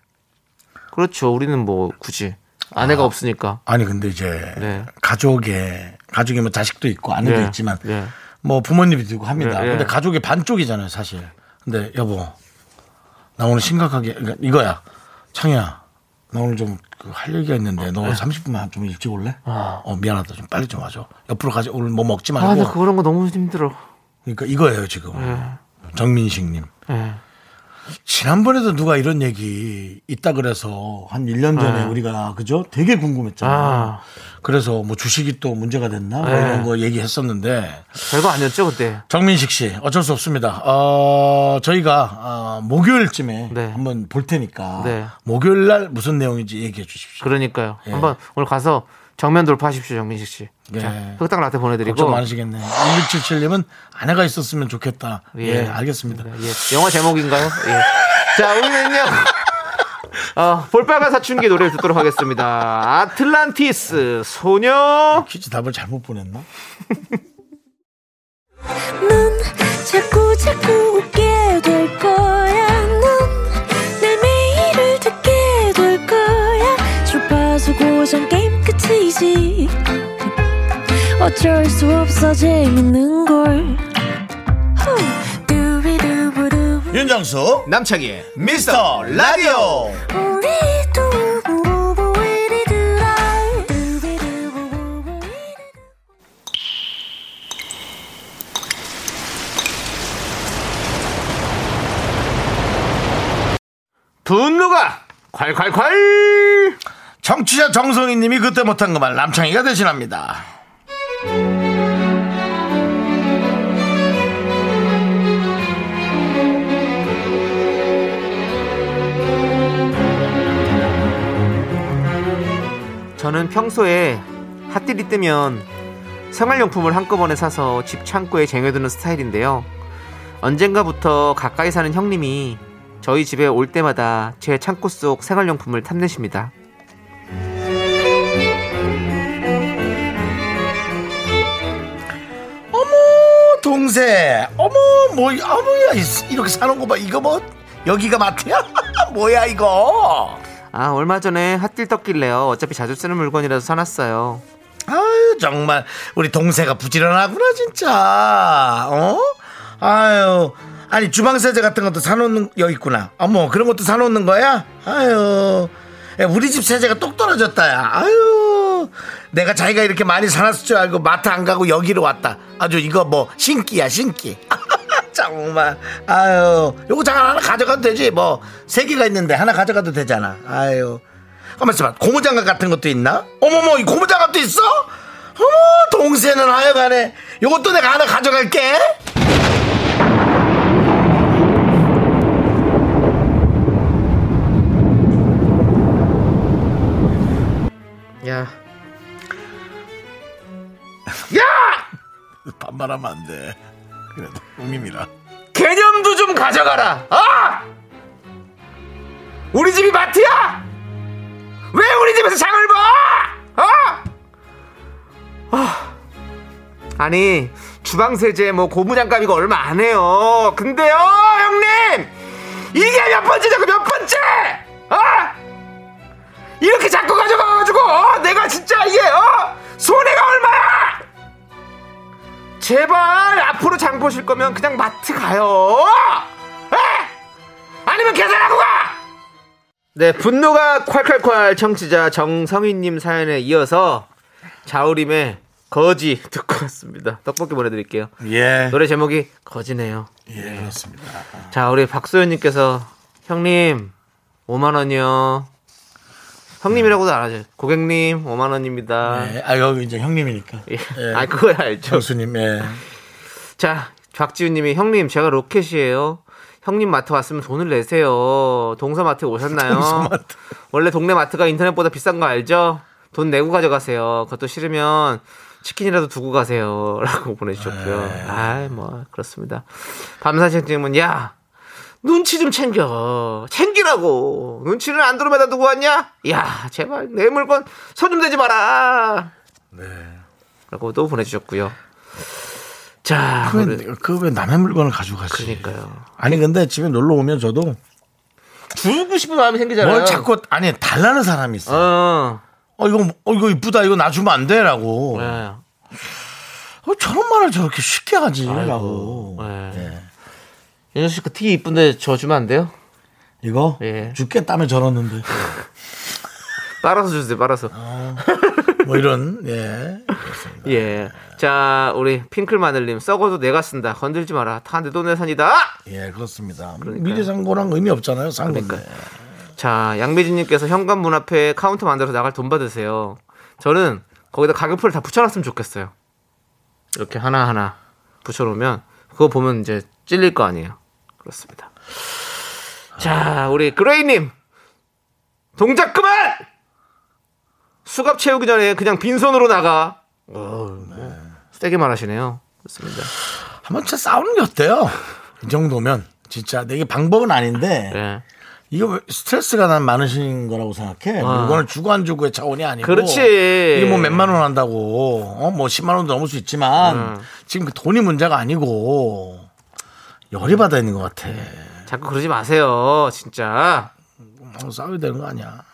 [SPEAKER 2] 그렇죠. 우리는 뭐 굳이 아내가 없으니까.
[SPEAKER 1] 아니 근데 이제
[SPEAKER 2] 네.
[SPEAKER 1] 가족에 가족이 뭐 자식도 있고 아내도
[SPEAKER 2] 네.
[SPEAKER 1] 있지만
[SPEAKER 2] 네.
[SPEAKER 1] 뭐 부모님도 있고 합니다.
[SPEAKER 2] 네, 네.
[SPEAKER 1] 근데 가족이 반쪽이잖아요, 사실. 근데 여보, 나 오늘 심각하게 그러니까 이거야, 창이야. 나 오늘 좀그 할 얘기가 있는데 너
[SPEAKER 2] 네.
[SPEAKER 1] 30분만 좀 일찍 올래? 어 미안하다, 좀 빨리 좀 와줘. 옆으로 가지 오늘 뭐 먹지 말고.
[SPEAKER 2] 아, 나 그런 거 너무 힘들어.
[SPEAKER 1] 그러니까 이거예요 지금
[SPEAKER 2] 네.
[SPEAKER 1] 정민식님.
[SPEAKER 2] 예.
[SPEAKER 1] 지난번에도 누가 이런 얘기 있다 그래서 한 1년 전에 우리가 그죠? 되게 궁금했잖아요.
[SPEAKER 2] 아.
[SPEAKER 1] 그래서 뭐 주식이 또 문제가 됐나? 뭐
[SPEAKER 2] 네.
[SPEAKER 1] 이런 거 얘기했었는데
[SPEAKER 2] 별거 아니었죠, 그때.
[SPEAKER 1] 정민식 씨 어쩔 수 없습니다. 어, 저희가 어, 목요일쯤에
[SPEAKER 2] 네.
[SPEAKER 1] 한번 볼 테니까
[SPEAKER 2] 네.
[SPEAKER 1] 목요일 날 무슨 내용인지 얘기해 주십시오.
[SPEAKER 2] 그러니까요.
[SPEAKER 1] 예.
[SPEAKER 2] 한번 오늘 가서 정면 돌파하십시오, 정민식 씨.
[SPEAKER 1] 예.
[SPEAKER 2] 자, 흑당 라떼 보내드리고.
[SPEAKER 1] 걱정 많으시겠네. 1677님은 아내가 있었으면 좋겠다. 예,
[SPEAKER 2] 예.
[SPEAKER 1] 알겠습니다.
[SPEAKER 2] 예. 영화 제목인가요? 예. 자, 우리는요. 어, 볼빨간 사춘기 노래를 듣도록 하겠습니다. 아틀란티스 소녀.
[SPEAKER 1] 퀴즈 답을 잘못 보냈나?
[SPEAKER 4] 넌 자꾸 자꾸 웃게 될 거야. 넌내 매일을 듣게 될 거야. 주파수 고정 게임 끝이지. 어쩔 수 없어 재밌는 걸. 후. 두비두부두부.
[SPEAKER 1] 윤정수
[SPEAKER 2] 남창희.
[SPEAKER 1] 미스터 라디오.
[SPEAKER 4] 우리 두부부부 우리 두라. 두비두부부부 우리 두라.
[SPEAKER 2] 분노가 콸콸콸.
[SPEAKER 1] 정치자 정성희님이 그때 못한 그 말 남창희가 대신합니다.
[SPEAKER 2] 저는 평소에 핫딜이 뜨면 생활용품을 한꺼번에 사서 집 창고에 쟁여두는 스타일인데요. 언젠가부터 가까이 사는 형님이 저희 집에 올 때마다 제 창고 속 생활용품을 탐내십니다.
[SPEAKER 1] 어머 동생, 어머 뭐 어머야 이- 이렇게 사는 거 봐. 이거 뭐 여기가 마트야? 뭐야 이거?
[SPEAKER 2] 아 얼마 전에 핫딜 떴길래요 어차피 자주 쓰는 물건이라서 사놨어요
[SPEAKER 1] 아유 정말 우리 동생아 부지런하구나 진짜. 어? 아유 아니 주방 세제 같은 것도 사놓는 여기 있구나. 어머 그런 것도 사놓는 거야? 아유 야, 우리 집 세제가 똑 떨어졌다야. 아유 내가 자기가 이렇게 많이 사놨을 줄 알고 마트 안 가고 여기로 왔다. 아주 이거 뭐 신기야 신기. 정말 아유 요거 잠깐 하나 가져가도 되지 뭐 세 개가 있는데 하나 가져가도 되잖아. 아유 가만 있어봐. 고무장갑 같은 것도 있나? 어머머, 이 고무장갑도 있어? 어머, 동생은 하여간에. 요것도 내가 하나 가져갈게.
[SPEAKER 2] 야
[SPEAKER 1] 반말하면 안 돼. 그래도, 음입니다.
[SPEAKER 2] 개념도 좀 가져가라. 아! 우리 집이 마트야? 왜 우리 집에서 장을 봐? 아! 아. 아니 주방 세제 뭐 고무장갑이고 얼마 안 해요. 근데요 형님 이게 몇 번째냐고 몇 번째? 아! 이렇게 자꾸 가져가가지고 어? 내가 진짜 이게 어? 손해가 얼마야? 제발 앞으로 장 보실 거면 그냥 마트 가요. 에? 아니면 계산하고 가. 네, 분노가 콸콸콸 청취자 정성희님 사연에 이어서 자우림의 거지 듣고 왔습니다. 떡볶이 보내드릴게요.
[SPEAKER 1] 예.
[SPEAKER 2] 노래 제목이 거지네요.
[SPEAKER 1] 예, 그렇습니다.
[SPEAKER 2] 자, 우리 박소연님께서 형님 5만 원이요. 형님이라고도 안 하죠. 고객님 5만 원입니다.
[SPEAKER 1] 예, 아, 여기 이제 형님이니까.
[SPEAKER 2] 예.
[SPEAKER 1] 예.
[SPEAKER 2] 아, 그거야 아, 알죠.
[SPEAKER 1] 형수님, 예.
[SPEAKER 2] 자, 곽지훈님이 형님 제가 로켓이에요. 형님 마트 왔으면 돈을 내세요. 동서 마트 오셨나요?
[SPEAKER 1] 동서마트.
[SPEAKER 2] 원래 동네 마트가 인터넷보다 비싼 거 알죠? 돈 내고 가져가세요. 그것도 싫으면 치킨이라도 두고 가세요라고 보내주셨고요. 아이 뭐 그렇습니다. 밤사신님은 야 눈치 좀 챙겨 챙기라고 눈치를 안드로메다 두고 왔냐? 야 제발 내 물건 손 좀 대지 마라. 네. 라고도 보내주셨고요. 자, 우리-
[SPEAKER 1] 그왜 남의 물건을 가져가지?
[SPEAKER 2] 그러니까요.
[SPEAKER 1] 아니 근데 집에 놀러 오면 저도
[SPEAKER 2] 주고 싶은 마음이 생기잖아요.
[SPEAKER 1] 뭘 자꾸 아니 달라는 사람이 있어. 어,
[SPEAKER 2] 어.
[SPEAKER 1] 이거 어 이거 이쁘다 이거 놔주면 안 돼라고.
[SPEAKER 2] 네.
[SPEAKER 1] 어, 저런 말을 저렇게 쉽게
[SPEAKER 2] 아이고.
[SPEAKER 1] 하지라고. 예.
[SPEAKER 2] 네. 윤정 씨그 티 이쁜데 저 주면 안 돼요?
[SPEAKER 1] 이거
[SPEAKER 2] 예.
[SPEAKER 1] 죽게 땀에 절었는데
[SPEAKER 2] 빨아서 주세요. 빨아서.
[SPEAKER 1] 뭐 이런 예.
[SPEAKER 2] 예. 자, 우리 핑클 마늘님 썩어도 내가 쓴다. 건들지 마라. 타는데도 내 산이다.
[SPEAKER 1] 예 그렇습니다. 미리 산 거랑 의미 없잖아요. 산 건데.
[SPEAKER 2] 네. 자, 양미진님께서 현관 문 앞에 카운터 만들어서 나갈 돈 받으세요. 저는 거기다 가격표를 다 붙여놨으면 좋겠어요. 이렇게 하나 하나 붙여놓으면 그거 보면 이제 찔릴 거 아니에요. 그렇습니다. 자, 우리 그레이님 동작 그만. 수갑 채우기 전에 그냥 빈손으로 나가. 어, 세게 말하시네요. 그렇습니다.
[SPEAKER 1] 한번 진짜 싸우는 게 어때요? 이 정도면 진짜 내게 방법은 아닌데
[SPEAKER 2] 예.
[SPEAKER 1] 이거 왜 스트레스가 난 많으신 거라고 생각해. 물건을 주고 안 주고의 차원이 아니고.
[SPEAKER 2] 아. 그렇지.
[SPEAKER 1] 이게 뭐 몇만 원 한다고. 어, 뭐 10만 원도 넘을 수
[SPEAKER 2] 음.
[SPEAKER 1] 있지만 지금 그 돈이 문제가 아니고 열이 받아 있는 것 같아.
[SPEAKER 2] 자꾸 그러지 마세요. 진짜.
[SPEAKER 1] 어, 싸워야 되는 거 아니야.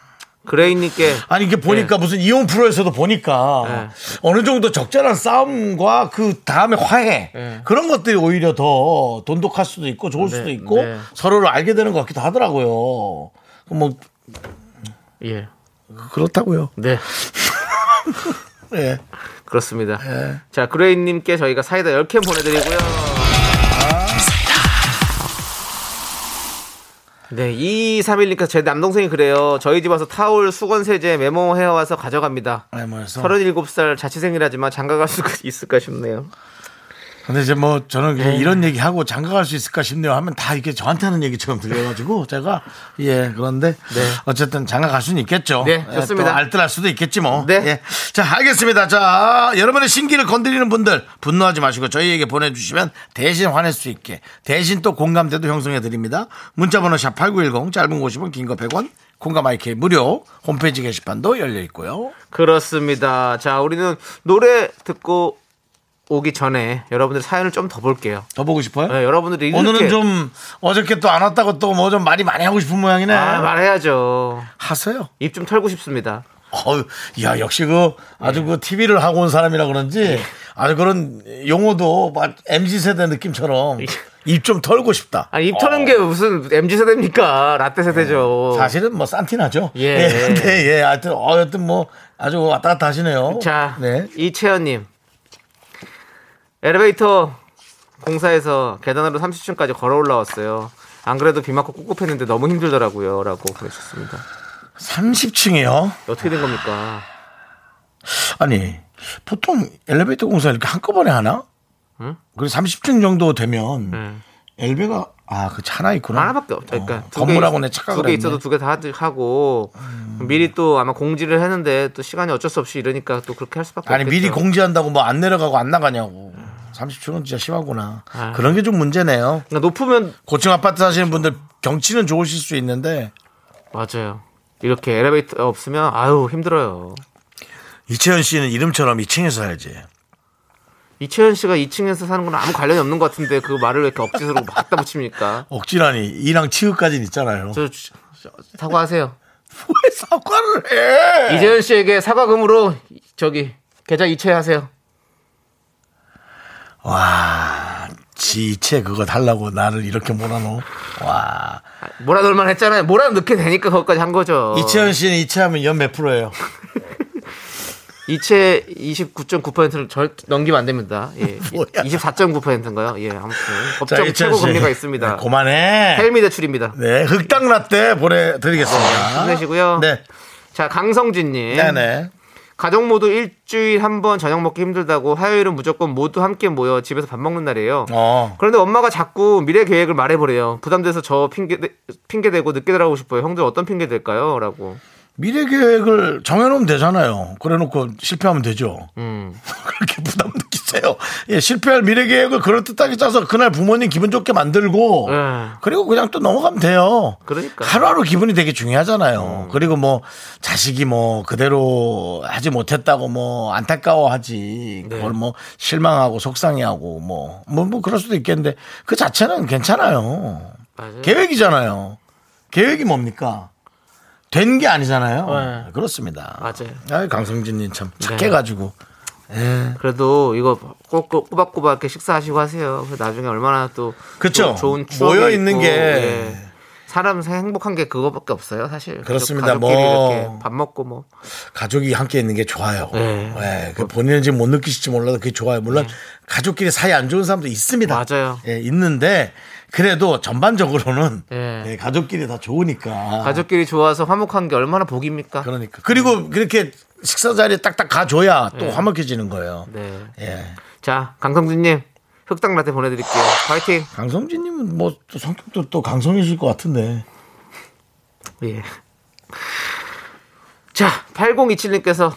[SPEAKER 2] 그레이님께
[SPEAKER 1] 아니 이게 보니까
[SPEAKER 2] 예.
[SPEAKER 1] 무슨 이혼 프로에서도 보니까 어느 정도 적절한 싸움과 그 다음에 화해
[SPEAKER 2] 네.
[SPEAKER 1] 그런 것들이 오히려 더 돈독할 수도 있고 좋을 수도 있고
[SPEAKER 2] 네.
[SPEAKER 1] 서로를 알게 되는 것 같기도 하더라고요. 뭐
[SPEAKER 2] 예.
[SPEAKER 1] 그렇다고요.
[SPEAKER 2] 네.
[SPEAKER 1] 예.
[SPEAKER 2] 그렇습니다. 자, 그레인님께 저희가 사이다 10캔 보내드리고요. 아. 네, 2231님께서 제 남동생이 그래요. 저희 집 와서 타올, 수건 세제, 메모 해와서 가져갑니다.
[SPEAKER 1] 아니 뭐 해서
[SPEAKER 2] 37살 자취생이라지만 장가갈 수 있을까 싶네요.
[SPEAKER 1] 근데 이제 뭐 저는 그냥
[SPEAKER 2] 네.
[SPEAKER 1] 이런 얘기 하고 장가갈 수 있을까 싶네요 하면 다 이렇게 저한테 하는 얘기처럼 들려가지고 제가 예 그런데 어쨌든 장가갈 수는 있겠죠.
[SPEAKER 2] 네,
[SPEAKER 1] 예,
[SPEAKER 2] 좋습니다.
[SPEAKER 1] 또 알뜰할 수도 있겠지 뭐.
[SPEAKER 2] 네.
[SPEAKER 1] 예. 자 알겠습니다. 자 여러분의 신기를 건드리는 분들 분노하지 마시고 저희에게 보내주시면 대신 화낼 수 있게 대신 또 공감대도 형성해 드립니다. 문자번호 샵 #8910 짧은 거 50원 긴 거 100원 공감 IK 무료 홈페이지 게시판도 열려 있고요.
[SPEAKER 2] 그렇습니다. 자, 우리는 노래 듣고 오기 전에 여러분들 사연을 좀 더 볼게요.
[SPEAKER 1] 더 보고 싶어요?
[SPEAKER 2] 네, 여러분들이 이렇게
[SPEAKER 1] 오늘은 좀 어저께 또 안 왔다고 또 뭐 좀 말이 많이 하고 싶은 모양이네.
[SPEAKER 2] 아, 말해야죠.
[SPEAKER 1] 하세요.
[SPEAKER 2] 입 좀 털고 싶습니다.
[SPEAKER 1] 어유, 야 역시 그
[SPEAKER 2] 네.
[SPEAKER 1] 아주 그 TV를 하고 온 사람이라 그런지 아주 그런 용어도 막 MZ 세대
[SPEAKER 2] 예.
[SPEAKER 1] 느낌처럼 입 좀 털고 싶다.
[SPEAKER 2] 아니 입 터는 게 무슨 MZ 세대입니까? 라떼 세대죠.
[SPEAKER 1] 어. 사실은 뭐 산티나죠.
[SPEAKER 2] 어. 예.
[SPEAKER 1] 근데 예, 하여튼 어, 하여튼 뭐 아주 왔다 갔다 하시네요.
[SPEAKER 2] 자,
[SPEAKER 1] 네.
[SPEAKER 2] 이채연님 엘리베이터 공사에서 계단으로 30층까지 걸어 올라왔어요. 안 그래도 비 맞고 꿉꿉했는데 너무 힘들더라고요라고 보내셨습니다.
[SPEAKER 1] 30층이요.
[SPEAKER 2] 어떻게 된 겁니까?
[SPEAKER 1] 아니 보통 엘리베이터 공사 이렇게 한꺼번에 하나? 그리고 30층 정도 되면 엘베가 아그차 하나 있구나.
[SPEAKER 2] 하나밖에 없죠. 그러니까
[SPEAKER 1] 음. 어,
[SPEAKER 2] 두
[SPEAKER 1] 건물하고
[SPEAKER 2] 개
[SPEAKER 1] 내
[SPEAKER 2] 있-
[SPEAKER 1] 착각을
[SPEAKER 2] 두개
[SPEAKER 1] 했네. 음.
[SPEAKER 2] 있어도 두 개 다 하고 미리 또 아마 공지를 했는데 또 시간이 어쩔 수 없이 이러니까 또 그렇게 할 수밖에
[SPEAKER 1] 아니
[SPEAKER 2] 없겠죠.
[SPEAKER 1] 미리 공지한다고 뭐 안 내려가고 안 나가냐고. 30초는 진짜 심하구나.
[SPEAKER 2] 아.
[SPEAKER 1] 그런 게 좀 문제네요.
[SPEAKER 2] 그러니까 높으면
[SPEAKER 1] 고층 아파트 사시는 분들 경치는 좋으실 수 있는데
[SPEAKER 2] 맞아요. 이렇게 엘리베이터 없으면 아유 힘들어요.
[SPEAKER 1] 이채연 씨는 이름처럼 2층에서 살지.
[SPEAKER 2] 이채연 씨가 2층에서 사는 건 아무 관련이 없는 것 같은데 그 말을 왜 이렇게 억지로 막 갖다 붙입니까?
[SPEAKER 1] 억지라니 이랑 치읍까지는 있잖아요.
[SPEAKER 2] 저 주- 사과하세요.
[SPEAKER 1] 왜 사과를 해?
[SPEAKER 2] 이재현 씨에게 사과금으로 저기 계좌 이체하세요.
[SPEAKER 1] 와, 지체 그거 달라고 나를 이렇게 몰아넣어. 와.
[SPEAKER 2] 뭐라 놀만 했잖아요. 뭐라 넣게 되니까 거기까지 한 거죠.
[SPEAKER 1] 이채연 씨는 이체하면 연 몇 프로예요?
[SPEAKER 2] 이체 29.9%를 절 넘기면 안 됩니다. 예.
[SPEAKER 1] 뭐야.
[SPEAKER 2] 24.9%인가요? 예, 아무튼 법정
[SPEAKER 1] 이채연
[SPEAKER 2] 최고
[SPEAKER 1] 씨.
[SPEAKER 2] 금리가 있습니다.
[SPEAKER 1] 네, 그만해.
[SPEAKER 2] 헬미 대출입니다.
[SPEAKER 1] 네, 흑당 라떼 보내드리겠습니다.
[SPEAKER 2] 힘내시고요.
[SPEAKER 1] 네,
[SPEAKER 2] 자, 강성진님.
[SPEAKER 1] 네네.
[SPEAKER 2] 가족 모두 일주일 한 번 저녁 먹기 힘들다고 화요일은 무조건 모두 함께 모여 집에서 밥 먹는 날이에요.
[SPEAKER 1] 어,
[SPEAKER 2] 그런데 엄마가 자꾸 미래 계획을 말해버려요. 부담돼서 저 핑계 핑계 대고 늦게 들어가고 싶어요. 형들 어떤 핑계 될까요?라고.
[SPEAKER 1] 미래 계획을 정해놓으면 되잖아요. 그래놓고 실패하면 되죠.
[SPEAKER 2] 음.
[SPEAKER 1] 그렇게 부담 느끼세요. 예, 실패할 미래 계획을 그럴듯하게 짜서 그날 부모님 기분 좋게 만들고
[SPEAKER 2] 예.
[SPEAKER 1] 그리고 그냥 또 넘어가면 돼요.
[SPEAKER 2] 그러니까. 음.
[SPEAKER 1] 하루하루 기분이 되게 중요하잖아요. 그리고 뭐 자식이 뭐 그대로 하지 못했다고 뭐 안타까워하지
[SPEAKER 2] 네.
[SPEAKER 1] 그걸 뭐 실망하고 속상해하고 뭐 뭐 뭐 그럴 수도 있겠는데 그 자체는 괜찮아요.
[SPEAKER 2] 맞아요.
[SPEAKER 1] 계획이잖아요. 계획이 뭡니까? 된 게 아니잖아요.
[SPEAKER 2] 네.
[SPEAKER 1] 그렇습니다.
[SPEAKER 2] 맞아요. 네.
[SPEAKER 1] 아이, 강성진님 참 착해가지고
[SPEAKER 2] 그래도 이거 꼭 꼭- 꼬박꼬박 이렇게 식사하시고 하세요. 그래서 나중에 얼마나 또
[SPEAKER 1] 그쵸?
[SPEAKER 2] 좋- 좋은 추억이
[SPEAKER 1] 모여 있는
[SPEAKER 2] 있고, 예.
[SPEAKER 1] 게.
[SPEAKER 2] 사람 생- 행복한 게 그거밖에 없어요, 사실.
[SPEAKER 1] 그렇습니다.
[SPEAKER 2] 가족끼리
[SPEAKER 1] 뭐.
[SPEAKER 2] 이렇게 밥 먹고 뭐.
[SPEAKER 1] 가족이 함께 있는 게 좋아요.
[SPEAKER 2] 네.
[SPEAKER 1] 예, 그 본인은 지금 못 느끼실지 몰라도 그게 좋아요. 물론 가족끼리 사이 안 좋은 사람도 있습니다.
[SPEAKER 2] 맞아요.
[SPEAKER 1] 예, 있는데 그래도 전반적으로는
[SPEAKER 2] 예.
[SPEAKER 1] 예, 가족끼리 다 좋으니까.
[SPEAKER 2] 가족끼리 좋아서 화목한 게 얼마나 복입니까?
[SPEAKER 1] 그러니까. 그리고 그렇게 식사 자리에 딱딱 가줘야 또 화목해지는 거예요.
[SPEAKER 2] 네.
[SPEAKER 1] 예.
[SPEAKER 2] 자, 강성준님 흑당 라떼 보내드릴게요. 파이팅.
[SPEAKER 1] 강성진님은 뭐 또 성격도 또 강성이실 것 같은데.
[SPEAKER 2] 예. 자, 8027님께서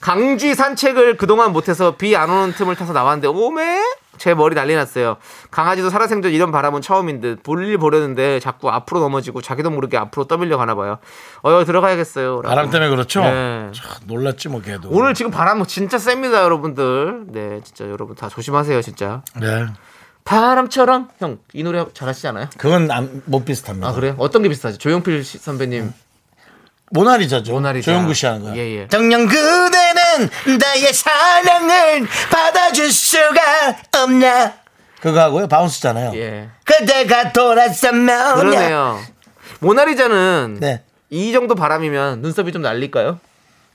[SPEAKER 2] 강쥐 산책을 그동안 못해서 비 안 오는 틈을 타서 나왔는데 오메 제 머리 난리 났어요. 강아지도 살아생전 이런 바람은 처음인 듯 볼일 보려는데 자꾸 앞으로 넘어지고 자기도 모르게 앞으로 떠밀려 가나 봐요. 어여 들어가야겠어요. 라고.
[SPEAKER 1] 바람 때문에 그렇죠?
[SPEAKER 2] 네.
[SPEAKER 1] 참 놀랐지 뭐 걔도.
[SPEAKER 2] 오늘 지금 바람 진짜 셉니다, 여러분들. 네, 진짜 여러분 다 조심하세요, 진짜.
[SPEAKER 1] 네.
[SPEAKER 2] 바람처럼 형 이 노래 잘하시지 않아요?
[SPEAKER 1] 그건 안- 못 비슷합니다.
[SPEAKER 2] 아 그래요? 어떤 게 비슷하죠? 조용필 씨- 선배님
[SPEAKER 1] 모나리자죠.
[SPEAKER 2] 모나리자.
[SPEAKER 1] 조영구 씨 하는 거야.
[SPEAKER 2] 예, 예.
[SPEAKER 1] 정녕 그대는 나의 사랑을 받아줄 수가 없냐. 그거 하고요. 바운스잖아요.
[SPEAKER 2] 예
[SPEAKER 1] 그대가 돌아서면.
[SPEAKER 2] 그러네요. 모나리자는
[SPEAKER 1] 네.
[SPEAKER 2] 이 정도 바람이면 눈썹이 좀 날릴까요?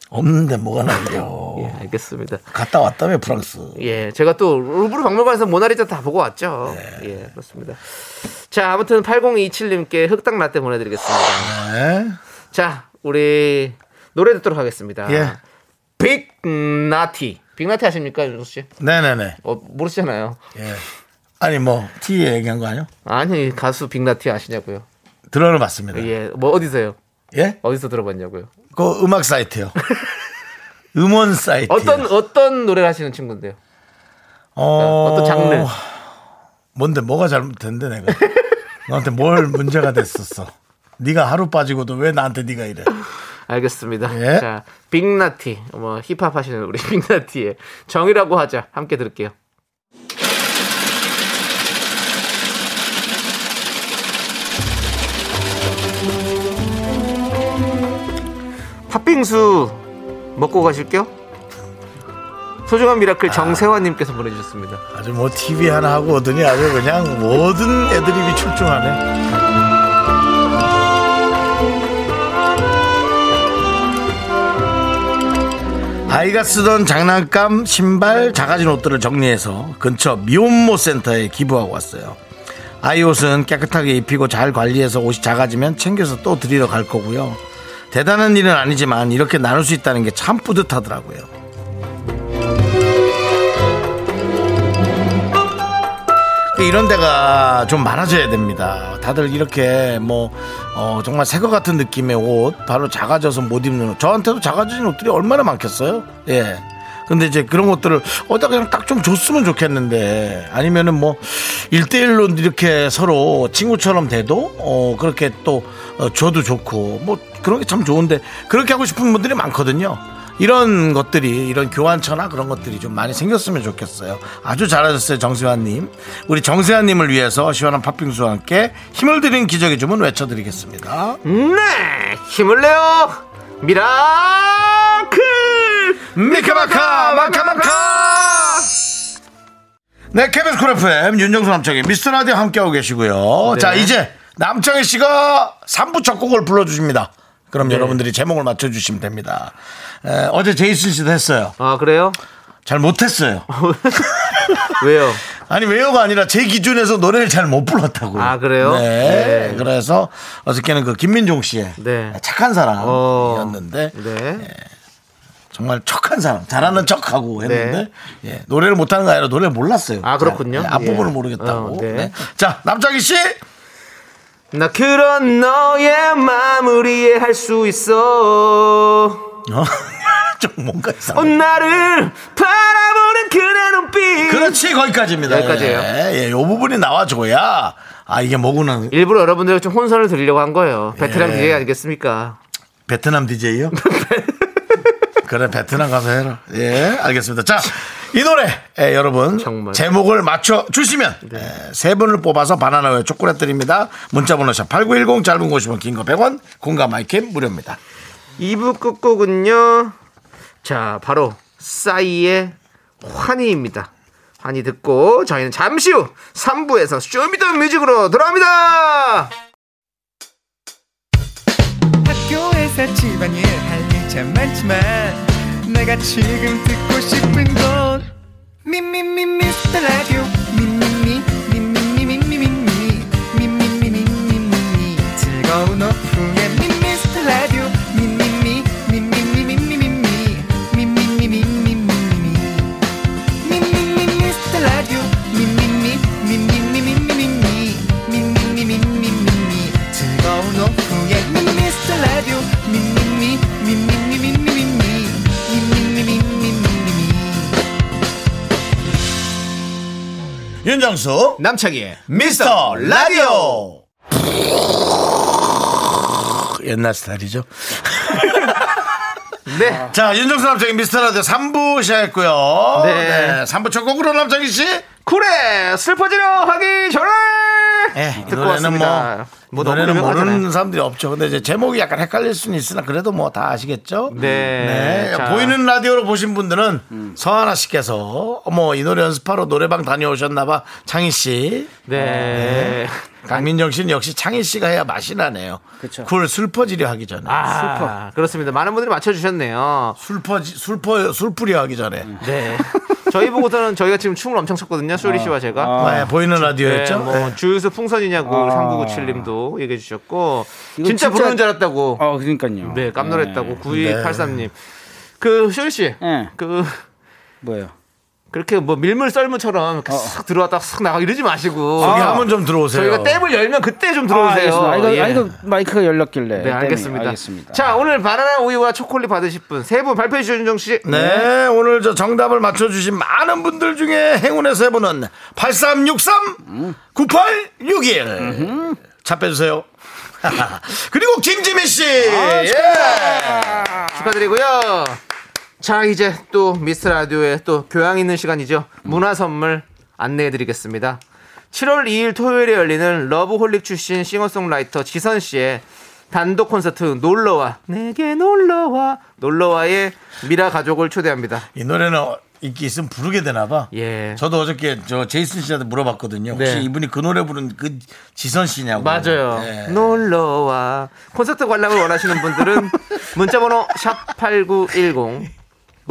[SPEAKER 1] 없는데 뭐가 나요.
[SPEAKER 2] 예, 알겠습니다.
[SPEAKER 1] 갔다 왔다며 프랑스.
[SPEAKER 2] 예, 제가 또 루브르 박물관에서 모나리자 다 보고 왔죠. 예, 그렇습니다. 자, 아무튼 8027님께 흑당 라떼 보내드리겠습니다.
[SPEAKER 1] 네.
[SPEAKER 2] 자, 우리 노래 듣도록 하겠습니다.
[SPEAKER 1] 예.
[SPEAKER 2] 빅나티. 빅나티 아십니까, 윤수 씨?
[SPEAKER 1] 네네네.
[SPEAKER 2] 어, 모르시잖아요.
[SPEAKER 1] 예. 아니 뭐 티에 얘기한 거 아니요?
[SPEAKER 2] 아니, 가수 빅나티 아시냐고요.
[SPEAKER 1] 들어는 봤습니다. 예?
[SPEAKER 2] 예, 뭐 어디세요? 어디서 들어봤냐고요.
[SPEAKER 1] 그 음악 사이트요. 음원 사이트.
[SPEAKER 2] 어떤 어떤 노래를 하시는 친구인데요?
[SPEAKER 1] 어...
[SPEAKER 2] 예. 어떤 장르?
[SPEAKER 1] 뭔데 뭐가 잘못됐는데 내가 너한테 뭘 문제가 됐었어 네가 하루 빠지고도 왜 나한테 네가 이래
[SPEAKER 2] 알겠습니다.
[SPEAKER 1] 예.
[SPEAKER 2] 자, 빅나티. 뭐 힙합 하시는 우리 빅나티의 정이라고 하자. 함께 들을게요. 팥빙수 먹고 가실게요? 소중한 미라클 정세화님께서 보내주셨습니다.
[SPEAKER 1] 아주 뭐 TV 하나 하고 오더니 아주 그냥 모든 애드립이 출중하네 아이가 쓰던 장난감, 신발, 작아진 옷들을 정리해서 근처 미혼모 센터에 기부하고 왔어요. 아이 옷은 깨끗하게 입히고 잘 관리해서 옷이 작아지면 챙겨서 또 드리러 갈 거고요. 대단한 일은 아니지만 이렇게 나눌 수 있다는 게 참 뿌듯하더라고요. 그 이런 데가 좀 많아져야 됩니다. 다들 이렇게 뭐 어, 정말 새 것 같은 느낌의 옷, 바로 작아져서 못 입는 옷. 저한테도 작아진 옷들이 얼마나 많겠어요? 예. 근데 이제 그런 것들을 어디다 그냥 딱 좀 줬으면 좋겠는데 아니면은 뭐일대일로 이렇게 서로 친구처럼 돼도 어 그렇게 또 어, 줘도 좋고 뭐 그런 게 참 좋은데 그렇게 하고 싶은 분들이 많거든요. 이런 것들이 이런 교환처나 그런 것들이 좀 많이 생겼으면 좋겠어요. 아주 잘하셨어요, 정세환님. 우리 정세환님을 위해서 시원한 팥빙수와 함께 힘을 드린 기적의 주문 외쳐드리겠습니다.
[SPEAKER 2] 네 힘을 내요 미라클
[SPEAKER 1] 미카마카 마카마카 네 KBS 쿨 FM 윤정수 남창희 미스터라디오 함께하고 계시고요
[SPEAKER 2] 네.
[SPEAKER 1] 자 이제 남창희 씨가 3부 첫 곡을 불러주십니다 그럼 여러분들이 제목을 맞춰주시면 됩니다 에, 어제 제이슨 씨도 했어요
[SPEAKER 2] 아 그래요
[SPEAKER 1] 잘 못했어요
[SPEAKER 2] 왜요
[SPEAKER 1] 아니 외우가 아니라 제 기준에서 노래를 잘 못 불렀다고요
[SPEAKER 2] 아, 그래요?
[SPEAKER 1] 네,
[SPEAKER 2] 네.
[SPEAKER 1] 그래서 어저께는 그 김민종 씨의
[SPEAKER 2] 네.
[SPEAKER 1] 착한
[SPEAKER 2] 어.
[SPEAKER 1] 사람이었는데
[SPEAKER 2] 네
[SPEAKER 1] 정말 척한 사람 잘하는 척하고 했는데
[SPEAKER 2] 네.
[SPEAKER 1] 예, 노래를 못하는 거 아니라 노래를 몰랐어요.
[SPEAKER 2] 아, 그렇군요.
[SPEAKER 1] 예, 앞부분을
[SPEAKER 2] 예.
[SPEAKER 1] 모르겠다고.
[SPEAKER 2] 어, 네.
[SPEAKER 1] 네. 자 남자기 씨 어,
[SPEAKER 2] 나 그런 너의 마음을 이해할 수 있어
[SPEAKER 1] 어? 좀 뭔가 이상.
[SPEAKER 2] 어, 나를 바라보는 그대 눈빛
[SPEAKER 1] 그렇지 거기까지입니다.
[SPEAKER 2] 여기까지예요.
[SPEAKER 1] 예, 예, 요 부분이 나와줘야 아 이게 뭐구나
[SPEAKER 2] 일부러 여러분들 좀 혼선을 드리려고 한 거예요 베테랑
[SPEAKER 1] 예.
[SPEAKER 2] DJ 아니겠습니까
[SPEAKER 1] 베트남 DJ요? 그래 베트남 가서 해라. 예 알겠습니다. 자 이 노래 예, 여러분
[SPEAKER 2] 정말. 네.
[SPEAKER 1] 제목을 맞춰 주시면 예, 세 분을 뽑아서 바나나와 초콜릿 드립니다. 문자번호 샵8910 짧은 50원 긴 거 100원 공감 마이크 무료입니다.
[SPEAKER 2] 2부 끝곡은요. 자, 아, 바로 싸이의 환희입니다. 환희 듣고 저희는 잠시 후 3부에서 쇼미더 뮤직으로 돌아옵니다.
[SPEAKER 5] 학교에서 집안일 할 일 참 많지만 내가 지금 듣고 싶은 건 미미미 미스터 라디오 미미미 미미미 미미미 미미미 미미미 즐거운 오후에 미스터 라디오 미미미 미미미 미미미 미미미 미미미 미미미 미스터 라디오 미미미 미미미 미미미 미미미 미미미 즐거운 오후에 미스터 라디오 미미미 미미미 미미미 미미미 미미미
[SPEAKER 1] 윤정수
[SPEAKER 2] 남창희의
[SPEAKER 1] 미스터 라디오 옛날 스타일이죠.
[SPEAKER 2] 네.
[SPEAKER 1] 자, 윤정수 남창희 미스터 라디오 3부 시작했고요.
[SPEAKER 2] 네.
[SPEAKER 1] 3부 첫 곡으로 남창희 씨.
[SPEAKER 2] 쿨에 슬퍼지려 하기 전에
[SPEAKER 1] 예, 이
[SPEAKER 2] 듣고
[SPEAKER 1] 노래는
[SPEAKER 2] 왔습니다.
[SPEAKER 1] 뭐,
[SPEAKER 2] 뭐 너무
[SPEAKER 1] 노래는
[SPEAKER 2] 유명하잖아요.
[SPEAKER 1] 모르는 사람들이 없죠. 근데 이제 제목이 약간 헷갈릴 수는 있으나 그래도 뭐 다 아시겠죠?
[SPEAKER 2] 네. 자.
[SPEAKER 1] 보이는 라디오로 보신 분들은 서하나 씨께서 어머 이 노래 연습하러 노래방 다녀오셨나봐 창희 씨. 예.
[SPEAKER 2] 네.
[SPEAKER 1] 강민정 씨는 역시 창희 씨가 해야 맛이 나네요.
[SPEAKER 6] 그쵸.
[SPEAKER 1] 쿨 슬퍼지려 하기 전에.
[SPEAKER 2] 아, 그렇습니다. 많은 분들이 맞춰 주셨네요.
[SPEAKER 1] 술퍼지 술퍼 술풀이 하기 전에
[SPEAKER 2] 네. 저희 보고서는 저희가 지금 춤을 엄청 췄거든요. 쇼리 씨와 제가.
[SPEAKER 6] 아.
[SPEAKER 1] 네, 보이는
[SPEAKER 2] 네,
[SPEAKER 1] 라디오였죠.
[SPEAKER 2] 뭐 주유소 풍선이냐고 3997님도 얘기해 주셨고
[SPEAKER 6] 이거
[SPEAKER 2] 진짜
[SPEAKER 6] 진짜-
[SPEAKER 2] 부르는 줄 알았다고
[SPEAKER 6] 어, 그러니까요.
[SPEAKER 2] 네 깜놀했다고
[SPEAKER 6] 네.
[SPEAKER 2] 9283님 그 쇼리 씨그
[SPEAKER 6] 네. 뭐예요?
[SPEAKER 2] 그렇게 뭐 밀물 썰물처럼 이렇게 싹 들어왔다 싹 나가 이러지 마시고
[SPEAKER 1] 여기 한번 좀 들어오세요.
[SPEAKER 2] 아. 저희가 땜을 열면 그때 좀
[SPEAKER 6] 아,
[SPEAKER 2] 들어오세요.
[SPEAKER 6] 알겠습니다. 아, 이거,
[SPEAKER 2] 예.
[SPEAKER 6] 아, 이거 마이크가 열렸길래.
[SPEAKER 2] 네
[SPEAKER 6] 때문에.
[SPEAKER 2] 알겠습니다.
[SPEAKER 6] 알겠습니다.
[SPEAKER 2] 자 오늘 바나나 우유와 초콜릿 받으실 분 세 분 발표해 주신 윤정 씨.
[SPEAKER 1] 네, 오늘 저 정답을 맞춰주신 많은 분들 중에 행운의 세 분은 8363 9861 차 빼주세요. 그리고 김지민 씨,
[SPEAKER 6] 아,
[SPEAKER 1] 예.
[SPEAKER 2] 축하드리고요. 자 이제 또 미스 라디오에 또 교양 있는 시간이죠. 문화 선물 안내해드리겠습니다. 7월 2일 토요일에 열리는 러브홀릭 출신 싱어송라이터 지선 씨의 단독 콘서트 놀러와 내게 놀러와 놀러와의 미라 가족을 초대합니다.
[SPEAKER 1] 이 노래는 인기 있으면 부르게 되나봐.
[SPEAKER 2] 예.
[SPEAKER 1] 저도 어저께 저 제이슨 씨한테 물어봤거든요. 혹시
[SPEAKER 2] 네.
[SPEAKER 1] 이분이 그 노래 부른 그 지선 씨냐고.
[SPEAKER 2] 맞아요.
[SPEAKER 7] 네.
[SPEAKER 1] 예.
[SPEAKER 2] 놀러와 콘서트 관람을 원하시는 분들은 문자번호 샵 #8910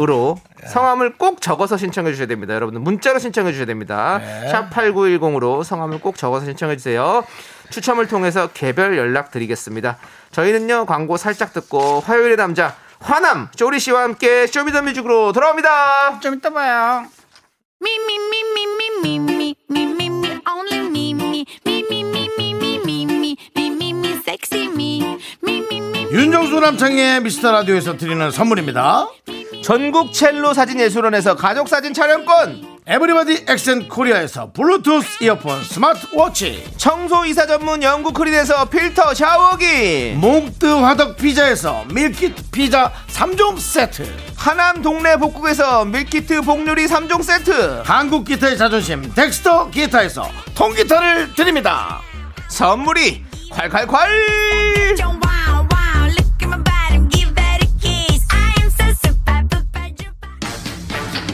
[SPEAKER 2] 으로
[SPEAKER 7] 네.
[SPEAKER 2] 성함을 꼭 적어서 신청해 주셔야 됩니다. 여러분들 문자로 신청해 주셔야 됩니다.
[SPEAKER 7] 네.
[SPEAKER 2] 샵 8910으로 성함을 꼭 적어서 신청해 주세요. 추첨을 통해서 개별 연락 드리겠습니다. 저희는요 광고 살짝 듣고 화요일의 남자 화남 쪼리 씨와 함께 쇼미더뮤직으로 돌아옵니다.
[SPEAKER 4] Me, me, me, me, me, me, me, me, me, me, only me, me, me, me, me, me, me, me, me, me, me, me, sexy me, me, me, me,
[SPEAKER 1] 윤정수 남창의 미스터 라디오에서 드리는 선물입니다.
[SPEAKER 7] 전국 첼로 사진 예술원에서 가족 사진 촬영권,
[SPEAKER 1] 에브리바디 엑센 코리아에서 블루투스 이어폰 스마트워치
[SPEAKER 7] 청소 이사 전문 영국 크린에서 필터 샤워기,
[SPEAKER 1] 몽뜨 화덕 피자에서 밀키트 피자 3종 세트
[SPEAKER 7] 하남 동네 복국에서 밀키트 복요리 3종 세트,
[SPEAKER 1] 한국 기타의 자존심 덱스터 기타에서 통기타를 드립니다
[SPEAKER 7] 선물이 콸콸콸!
[SPEAKER 4] Don't wow, wow, look at my body, give that a kiss. I am so super, super, duper.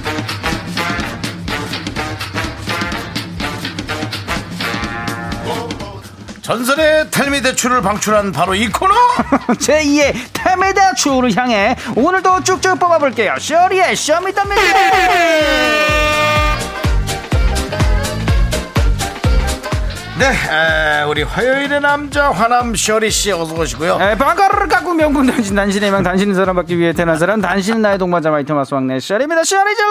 [SPEAKER 1] 전설의 탈미 대출을 방출한 바로 이 코너
[SPEAKER 6] 제2의 탐에다 추후를 향해 오늘도 쭉쭉 뽑아볼게요. 쇼리의 쇼미더미터.
[SPEAKER 1] 네 에, 우리 화요일의 남자 화남 쇼리 씨 어서 오시고요
[SPEAKER 6] 에, 방가를 깎고 명품 단신, 단신의 명, 단신인 사람 받기 위해 태어난 사람, 단신은 나의 동반자 마이트 마스 왕래 쇼리입니다. 쇼리 질러!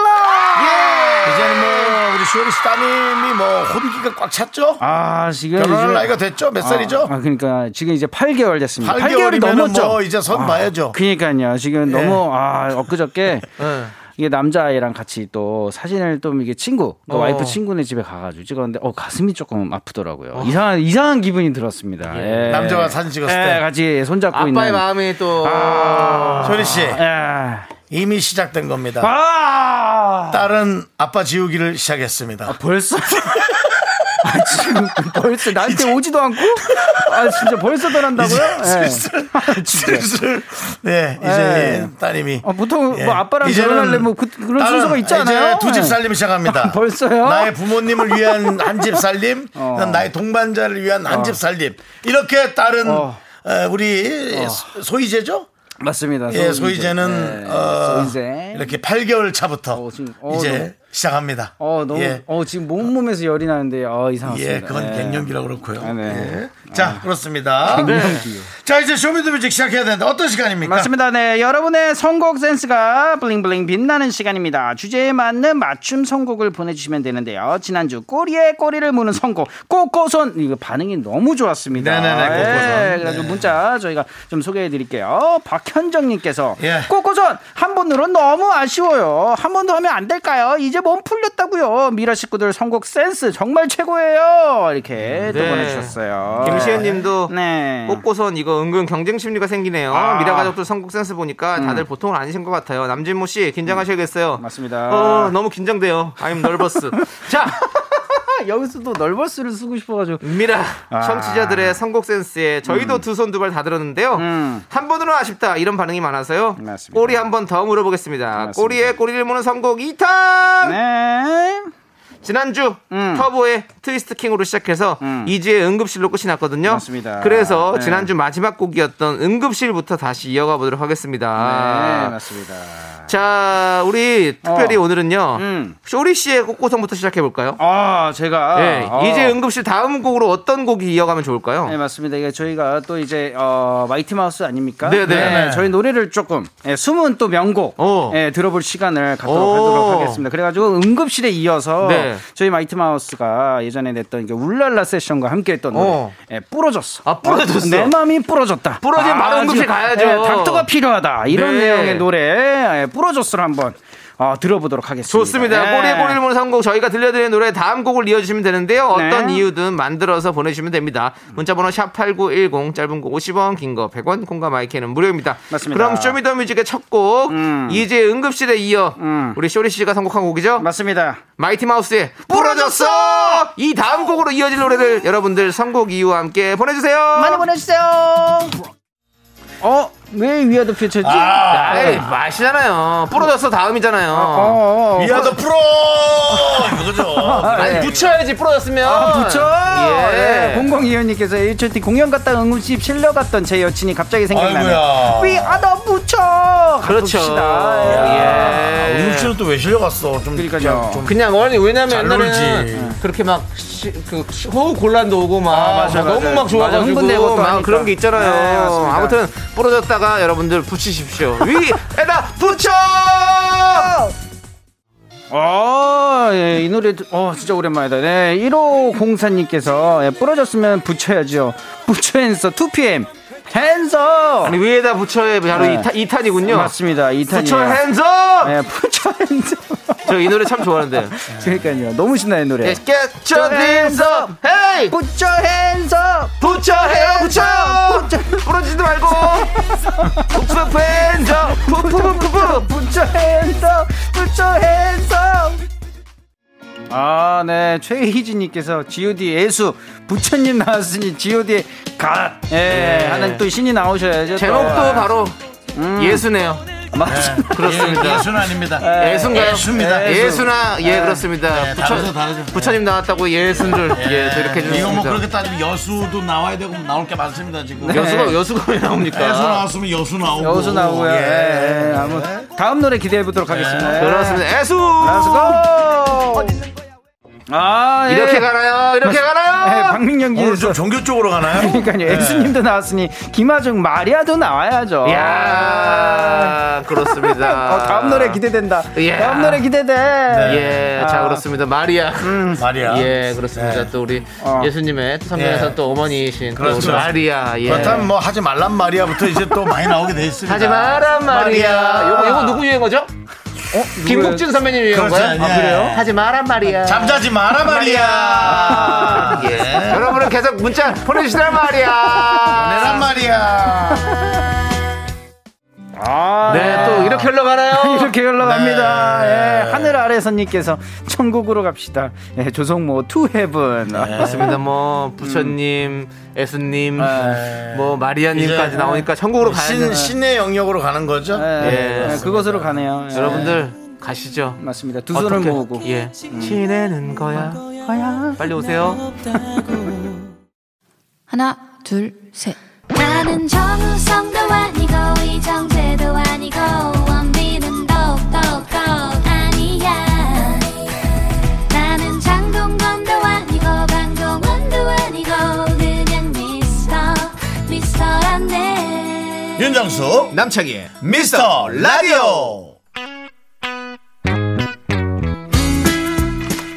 [SPEAKER 1] 예. 이제는 뭐 우리 쇼리 씨 따님이 뭐 호비기가 꽉 찼죠
[SPEAKER 6] 아, 지금.
[SPEAKER 1] 결혼할
[SPEAKER 6] 이제-
[SPEAKER 1] 나이가 됐죠 몇 살이죠
[SPEAKER 6] 아, 그러니까 지금 이제 8개월 됐습니다.
[SPEAKER 1] 8개월이면
[SPEAKER 6] 8개월이 넘었죠. 아,
[SPEAKER 1] 뭐 이제 선 봐야죠. 예.
[SPEAKER 6] 그러니까요. 지금 너무 아 엊그저께 이게 남자아이랑 같이 또 사진을 또 이게 친구, 그
[SPEAKER 1] 어.
[SPEAKER 6] 와이프 친구네 집에 가가지고 찍었는데 어 가슴이 조금 아프더라고요. 이상한 이상한 기분이 들었습니다. 예.
[SPEAKER 1] 어. 남자가 사진 찍었을
[SPEAKER 6] 예,
[SPEAKER 1] 때
[SPEAKER 6] 같이 손잡고
[SPEAKER 2] 아빠의
[SPEAKER 6] 있는.
[SPEAKER 2] 마음이 또
[SPEAKER 7] 아.
[SPEAKER 1] 쇼리 씨
[SPEAKER 6] 예.
[SPEAKER 1] 이미 시작된 겁니다
[SPEAKER 6] 아
[SPEAKER 1] 딸은 아빠 지우기를 시작했습니다.
[SPEAKER 6] 벌써. 아, 지금 벌써 나한테 오지도 않고 아 진짜 벌써 떠난다고요? 예.
[SPEAKER 1] 슬슬, 슬슬, 네, 이제
[SPEAKER 6] 예.
[SPEAKER 1] 따님이.
[SPEAKER 6] 아, 보통
[SPEAKER 1] 예.
[SPEAKER 6] 뭐 아빠랑
[SPEAKER 1] 이제는
[SPEAKER 6] 결혼하려면 그, 그런
[SPEAKER 1] 딸은
[SPEAKER 6] 순서가 있잖아요. 예. 아,
[SPEAKER 1] 이제 두 집 살림 시작합니다.
[SPEAKER 6] 벌써요? 어.
[SPEAKER 1] 나의 부모님을 위한 한 집 살림, 그다음 나의 동반자를 위한 한 집 살림. 이렇게 딸은
[SPEAKER 6] 어.
[SPEAKER 1] 어, 우리 소- 소희제죠?
[SPEAKER 6] 맞습니다.
[SPEAKER 1] 예, 소희제는 어,
[SPEAKER 6] 네. 소희제.
[SPEAKER 1] 이렇게 8개월 차부터
[SPEAKER 6] 어, 지금- 어,
[SPEAKER 1] 이제
[SPEAKER 6] 너무-
[SPEAKER 1] 시작합니다.
[SPEAKER 6] 어 너무
[SPEAKER 1] 예.
[SPEAKER 6] 어 지금 몸몸에서 열이 나는데 어 이상합니다.
[SPEAKER 1] 예, 그건 갱년기라 그렇고요.
[SPEAKER 6] 아, 네.
[SPEAKER 1] 예. 자, 그렇습니다. 네. 자, 이제 쇼미더뮤직 시작해야 되는데 어떤 시간입니까?
[SPEAKER 6] 맞습니다. 네, 여러분의 선곡 센스가 블링블링 빛나는 시간입니다. 주제에 맞는 맞춤 선곡을 보내주시면 되는데요. 지난주 꼬리에 꼬리를 무는 선곡 꼬꼬손 이거 반응이 너무 좋았습니다.
[SPEAKER 1] 네네네, 꼬꼬손.
[SPEAKER 6] 예, 그래가지고 문자 저희가 좀 소개해드릴게요. 박현정님께서
[SPEAKER 1] 예.
[SPEAKER 6] 꼬꼬손 한 번으로 너무 아쉬워요. 한 번 더 하면 안 될까요? 이제 몸 풀렸다고요. 미라 식구들 선곡 센스 정말 최고예요. 이렇게 또
[SPEAKER 2] 네.
[SPEAKER 6] 보내주셨어요.
[SPEAKER 2] 김시현님도
[SPEAKER 6] 네.
[SPEAKER 2] 뽑고선 이거 은근 경쟁 심리가 생기네요.
[SPEAKER 6] 아.
[SPEAKER 2] 미라 가족들 선곡 센스 보니까
[SPEAKER 7] 음.
[SPEAKER 2] 다들 보통은 아니신 것 같아요. 남진모 씨 긴장하셔야겠어요.
[SPEAKER 6] 맞습니다.
[SPEAKER 2] 어, 너무 긴장돼요. I'm nervous. 자,
[SPEAKER 6] 여기서도 널버스를 쓰고 싶어가지고
[SPEAKER 2] 미라
[SPEAKER 6] 아.
[SPEAKER 2] 청취자들의 선곡 센스에 저희도 두 손 두 발 다 들었는데요.
[SPEAKER 6] 음.
[SPEAKER 2] 한 번으로 아쉽다 이런 반응이 많아서요.
[SPEAKER 6] 맞습니다.
[SPEAKER 2] 꼬리 한 번 더 물어보겠습니다.
[SPEAKER 6] 맞습니다.
[SPEAKER 2] 꼬리에 꼬리를 무는 선곡 2탄.
[SPEAKER 6] 네.
[SPEAKER 2] 지난주
[SPEAKER 6] 음.
[SPEAKER 2] 터보의 트위스트 킹으로 시작해서
[SPEAKER 6] 음.
[SPEAKER 2] 이지의 응급실로 끝이 났거든요.
[SPEAKER 6] 맞습니다.
[SPEAKER 2] 그래서
[SPEAKER 6] 네.
[SPEAKER 2] 지난주 마지막 곡이었던 응급실부터 다시 이어가 보도록 하겠습니다.
[SPEAKER 6] 네, 맞습니다.
[SPEAKER 2] 자, 우리 특별히
[SPEAKER 6] 어.
[SPEAKER 2] 오늘은요.
[SPEAKER 6] 음.
[SPEAKER 2] 쇼리 씨의 꽃고성부터 시작해 볼까요?
[SPEAKER 6] 아, 제가
[SPEAKER 2] 네,
[SPEAKER 6] 어.
[SPEAKER 2] 이제 응급실 다음 곡으로 어떤 곡이 이어가면 좋을까요?
[SPEAKER 6] 네, 맞습니다. 이게 저희가 또 이제 어, 마이티 마우스 아닙니까?
[SPEAKER 2] 네, 네.
[SPEAKER 6] 저희 노래를 조금 예, 숨은 또 명곡
[SPEAKER 2] 오.
[SPEAKER 6] 예, 들어볼 시간을 갖도록
[SPEAKER 2] 오.
[SPEAKER 6] 하도록 하겠습니다. 그래가지고 응급실에 이어서
[SPEAKER 2] 네.
[SPEAKER 6] 저희 마이티 마우스가 예전에 냈던 이게 울랄라 세션과 함께했던 노래
[SPEAKER 2] 어.
[SPEAKER 6] 예, 부러졌어.
[SPEAKER 2] 아, 부러졌어.
[SPEAKER 6] 내 마음이 부러졌다.
[SPEAKER 2] 부러지면 바로 응급실
[SPEAKER 6] 지금,
[SPEAKER 2] 가야죠.
[SPEAKER 6] 예, 닥터가 필요하다. 이런
[SPEAKER 2] 네.
[SPEAKER 6] 내용의 노래 예, 부러졌어를 한번 어, 들어보도록 하겠습니다.
[SPEAKER 2] 좋습니다.
[SPEAKER 6] 예.
[SPEAKER 2] 꼬리에 꼬리를 무는 선곡 저희가 들려드리는 노래 다음 곡을 이어주시면 되는데요. 어떤
[SPEAKER 6] 네.
[SPEAKER 2] 이유든 만들어서 보내주시면 됩니다. 문자번호 샵 8910 짧은 거 50원 긴 거 100원 콩과 마이크는 무료입니다.
[SPEAKER 6] 맞습니다. 음.
[SPEAKER 2] 그럼 쇼미더뮤직의 첫곡 이제 응급실에 이어 우리 쇼리 씨가 선곡한 곡이죠.
[SPEAKER 6] 맞습니다.
[SPEAKER 2] 마이티마우스의 부러졌어! 이 다음 곡으로 이어질 노래를 여러분들 선곡 이유와 함께 보내주세요.
[SPEAKER 6] 많이 보내주세요. 어, 왜 위아더 퓨처지?
[SPEAKER 1] 아,
[SPEAKER 2] 에이, 맛이잖아요. 부러졌어 다음이잖아요.
[SPEAKER 6] 어, 어, 어.
[SPEAKER 1] 위아더 프로! 이거죠.
[SPEAKER 2] 아니, 붙여야지 부러졌으면.
[SPEAKER 6] 네. 아, 붙여!
[SPEAKER 2] 예.
[SPEAKER 6] 네, 002회원님께서 HOT 공연 갔다 응급실 실려 갔던 제 여친이 갑자기 생각나네요.
[SPEAKER 1] 아이고야.
[SPEAKER 6] 위아더 붙여!
[SPEAKER 2] 그렇죠.
[SPEAKER 6] 가봅시다. 예.
[SPEAKER 2] 예.
[SPEAKER 1] 아, 음식은 또왜 실려갔어? 좀
[SPEAKER 6] 그러니까요.
[SPEAKER 1] 좀
[SPEAKER 2] 그냥 원래 왜냐면
[SPEAKER 1] 잘
[SPEAKER 2] 옛날에는
[SPEAKER 1] 놀지.
[SPEAKER 2] 그렇게 막 시- 그 시- 호흡 곤란도 오고 막,
[SPEAKER 6] 맞아,
[SPEAKER 2] 막
[SPEAKER 6] 맞아.
[SPEAKER 2] 너무 막
[SPEAKER 6] 맞아, 흥분되고 또
[SPEAKER 2] 좋아가지고 막
[SPEAKER 6] 하니까.
[SPEAKER 2] 그런 게 있잖아요.
[SPEAKER 6] 네, 맞습니다.
[SPEAKER 2] 아무튼 부러졌다가 여러분들 붙이십시오. 위에다 붙여.
[SPEAKER 6] 아, 예, 이 노래, 드- 어, 진짜 오랜만이다. 네, 1호 공사님께서, 예, 부러졌으면 붙여야죠. 붙여야겠어. 2pm. 핸서
[SPEAKER 2] 아니 위에다 부처에 바로
[SPEAKER 6] 네.
[SPEAKER 2] 이 타- 이 탄이군요.
[SPEAKER 6] 맞습니다.
[SPEAKER 2] 부처
[SPEAKER 6] 2탄이에요.
[SPEAKER 2] 핸즈!
[SPEAKER 6] 네, 부처 핸서.
[SPEAKER 2] 저 이 노래 참 좋아하는데.
[SPEAKER 6] 네. 그러니까요. 너무 신나는 노래.
[SPEAKER 2] Get your hands up, hey!
[SPEAKER 6] 부처 핸서.
[SPEAKER 2] 부처 헤어 부처! 부러지도 말고. 부푸 핸즈 up, 부푸푸푸푸.
[SPEAKER 6] 부처 핸서. 부처 핸서. 아, 네. 최희진님께서 GOD 예수 부처님 나왔으니 GOD의 갓. 예, 하나님 또 신이 나오셔야죠. 또.
[SPEAKER 2] 네. 제목도
[SPEAKER 6] 아.
[SPEAKER 2] 바로
[SPEAKER 6] 음.
[SPEAKER 2] 예수네요.
[SPEAKER 6] 맞습니다.
[SPEAKER 1] 그렇습니다. 예수는 아닙니다.
[SPEAKER 6] 네.
[SPEAKER 2] 예수인가요?
[SPEAKER 1] 예수입니다.
[SPEAKER 2] 예수나 예 그렇습니다.
[SPEAKER 1] 네,
[SPEAKER 2] 부처
[SPEAKER 1] 다르죠, 다르죠.
[SPEAKER 2] 부처님 나왔다고 예수인 줄 예, 저 이렇게
[SPEAKER 1] 이거 뭐 그렇게
[SPEAKER 2] 해주셨습니다.
[SPEAKER 1] 따지면 여수도 나와야 되고 뭐 나올 게 많습니다 지금. 예,
[SPEAKER 2] 여수가 여수가 왜 나옵니까?
[SPEAKER 1] 네, 여수 나왔으면 여수 나오고.
[SPEAKER 6] 네. 여수 나오고요.
[SPEAKER 1] 예.
[SPEAKER 6] 예, 예. 아무 다음 노래 기대해 보도록 하겠습니다.
[SPEAKER 2] 네.
[SPEAKER 6] 예.
[SPEAKER 2] 그렇습니다. 예수.
[SPEAKER 6] 아, 예.
[SPEAKER 2] 네. 이렇게 가나요? 이렇게
[SPEAKER 6] 예,
[SPEAKER 2] 가나요?
[SPEAKER 6] 박민경
[SPEAKER 1] 오늘 좀
[SPEAKER 6] 기자.
[SPEAKER 1] 종교 쪽으로 가나요?
[SPEAKER 6] 그러니까요.
[SPEAKER 2] 네.
[SPEAKER 6] 예수님도 나왔으니 김하중 마리아도 나와야죠.
[SPEAKER 2] 야 그렇습니다.
[SPEAKER 6] 어, 다음 노래 기대된다.
[SPEAKER 2] 예.
[SPEAKER 6] 다음 노래 기대돼.
[SPEAKER 1] 네.
[SPEAKER 2] 예, 자 그렇습니다. 마리아.
[SPEAKER 1] 음. 마리아.
[SPEAKER 2] 예, 그렇습니다. 또 우리 예수님의 또 성경에서
[SPEAKER 1] 예.
[SPEAKER 2] 또 어머니이신
[SPEAKER 1] 그렇죠.
[SPEAKER 2] 또 마리아. 예.
[SPEAKER 1] 그렇다면 아, 뭐 하지 말란 마리아부터 이제 또 많이 나오게 돼 있습니다.
[SPEAKER 2] 하지 마라 마리아. 요거 요거 누구 유행어죠? 김국진 선배님
[SPEAKER 1] 그렇지,
[SPEAKER 2] 유행어인가요? 아,
[SPEAKER 1] 예.
[SPEAKER 2] 하지 마라 마리아.
[SPEAKER 1] 잠자지 마라 마리아.
[SPEAKER 2] 예. 여러분은 계속 문자 보내주시라 마리아.
[SPEAKER 1] 내란 마리아.
[SPEAKER 6] 아,
[SPEAKER 2] 네, 또 이렇게 흘러가나요?
[SPEAKER 6] 이렇게 흘러갑니다.
[SPEAKER 1] 네.
[SPEAKER 6] 예, 하늘 아래서님께서 천국으로 갑시다. 예, 조성모 투 헤븐.
[SPEAKER 2] 그렇습니다. 뭐 부처님, 예수님,
[SPEAKER 1] 네.
[SPEAKER 2] 뭐
[SPEAKER 1] 이제,
[SPEAKER 2] 마리아님까지 나오니까 천국으로 가야
[SPEAKER 1] 신
[SPEAKER 2] 되나?
[SPEAKER 1] 신의 영역으로 가는 거죠?
[SPEAKER 6] 예,
[SPEAKER 2] 예.
[SPEAKER 6] 예, 그것으로 가네요. 예.
[SPEAKER 2] 여러분들 가시죠.
[SPEAKER 6] 맞습니다. 두 손을
[SPEAKER 2] 어떻게-
[SPEAKER 6] 모으고.
[SPEAKER 2] 예. 지내는 거야. 빨리 오세요.
[SPEAKER 8] 하나, 둘, 셋.
[SPEAKER 4] 나는 정우성도 아니고 이정재도 아니고 원빈은 더욱더 아니야 나는 장동건도 아니고 강동원도 아니고 그냥 미스터 미스터란데
[SPEAKER 1] 윤정수 남창희 미스터 라디오.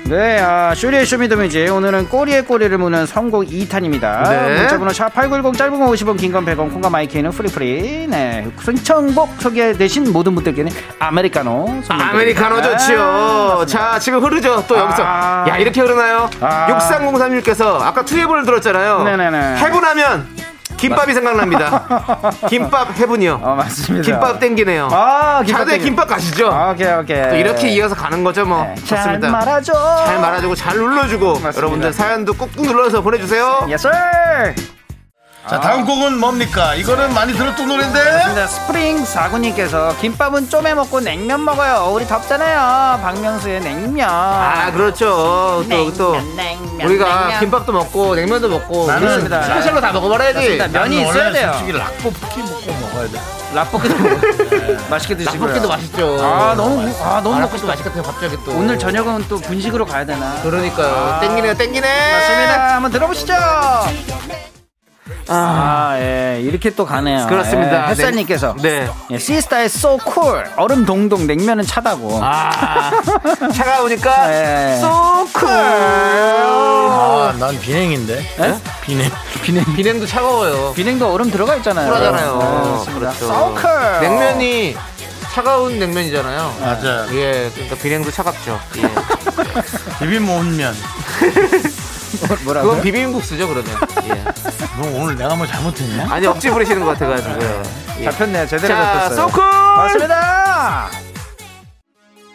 [SPEAKER 6] 네, 아, 쇼리의 쇼미더뮤직 오늘은 꼬리에 꼬리를 무는 선곡 2탄입니다.
[SPEAKER 2] 네.
[SPEAKER 6] 문자번호 샵8910 짧은 거 50원, 긴 건 100원, 콩과 마이크는 프리프리. 네, 신청곡 소개되신 모든 분들께는 아메리카노 선물
[SPEAKER 2] 아메리카노
[SPEAKER 6] 드립니다.
[SPEAKER 2] 좋지요. 자, 지금 흐르죠. 또 여기서.
[SPEAKER 6] 아.
[SPEAKER 2] 야, 이렇게 흐르나요?
[SPEAKER 6] 아.
[SPEAKER 2] 6303님께서 아까 트리블을 들었잖아요.
[SPEAKER 6] 네네네.
[SPEAKER 2] 해분하면 김밥이 생각납니다. 김밥 해분이요.
[SPEAKER 6] 어, 맞습니다.
[SPEAKER 2] 김밥 땡기네요.
[SPEAKER 6] 아, 김밥
[SPEAKER 2] 자두에
[SPEAKER 6] 땡기-
[SPEAKER 2] 김밥 가시죠.
[SPEAKER 6] 아, 오케이, 오케이.
[SPEAKER 2] 또 이렇게 이어서 가는 거죠, 뭐.
[SPEAKER 6] 네, 잘
[SPEAKER 2] 좋습니다.
[SPEAKER 6] 말아줘.
[SPEAKER 2] 잘 말아주고 잘 눌러주고
[SPEAKER 6] 맞습니다.
[SPEAKER 2] 여러분들 사연도 꾹꾹 눌러서 보내주세요.
[SPEAKER 6] 예스!
[SPEAKER 1] 자 다음 곡은 뭡니까? 이거는 많이 들었던 노래인데.
[SPEAKER 6] 스프링 사구님께서 김밥은 쪼매 먹고 냉면 먹어요. 우리 덥잖아요. 박명수의 냉면.
[SPEAKER 2] 아 그렇죠. 또 또 우리가 김밥도 먹고 냉면도 먹고
[SPEAKER 1] 나는
[SPEAKER 2] 그렇습니다.
[SPEAKER 1] 자-
[SPEAKER 2] 스페셜로 다 먹어버려야지. 아,
[SPEAKER 6] 맞습니다. 면이
[SPEAKER 1] 나는 원래
[SPEAKER 6] 있어야 돼요.
[SPEAKER 1] 솔직히 락볶이 먹고 먹어야 돼.
[SPEAKER 6] 라볶이도 맛있게 드시고요.
[SPEAKER 2] 떡볶이도 맛있죠.
[SPEAKER 6] 아 너무 아 너무 먹고
[SPEAKER 2] 떡볶이도 맛있겠다. 갑자기 또
[SPEAKER 6] 오늘 저녁은 또 분식으로 가야 되나?
[SPEAKER 2] 그러니까요. 땡기네 땡기네.
[SPEAKER 6] 아. 맞습니다. 한번 들어보시죠. 아, 예. 이렇게 또 가네요.
[SPEAKER 2] 그렇습니다.
[SPEAKER 6] 예, 햇살님께서.
[SPEAKER 2] 네.
[SPEAKER 6] 예, 시스타의 so cool. 얼음 동동 냉면은 차다고.
[SPEAKER 2] 아 차가우니까
[SPEAKER 6] 예.
[SPEAKER 2] 소쿨.
[SPEAKER 6] 네.
[SPEAKER 1] 아난 비냉인데.
[SPEAKER 6] 예?
[SPEAKER 1] 비냉.
[SPEAKER 2] 비냉도 차가워요.
[SPEAKER 6] 비냉도 얼음 들어가 있잖아요.
[SPEAKER 2] 쿨하잖아요.
[SPEAKER 6] 네,
[SPEAKER 2] 그렇죠.
[SPEAKER 6] so cool.
[SPEAKER 2] 냉면이 차가운 냉면이잖아요.
[SPEAKER 1] 맞아.
[SPEAKER 2] 예, 그러니까 비냉도 차갑죠. 예.
[SPEAKER 1] 비빔면면.
[SPEAKER 6] 뭐라고요?
[SPEAKER 2] 그건 비빔국수죠, 그러면. 예.
[SPEAKER 1] 너 오늘 내가 뭐 잘못했냐?
[SPEAKER 2] 아니, 억지 부리시는 것 같아가지고요. 예.
[SPEAKER 6] 잡혔네요. 제대로
[SPEAKER 2] 자,
[SPEAKER 6] 잡혔어요.
[SPEAKER 2] 소쿨!
[SPEAKER 6] 맞습니다.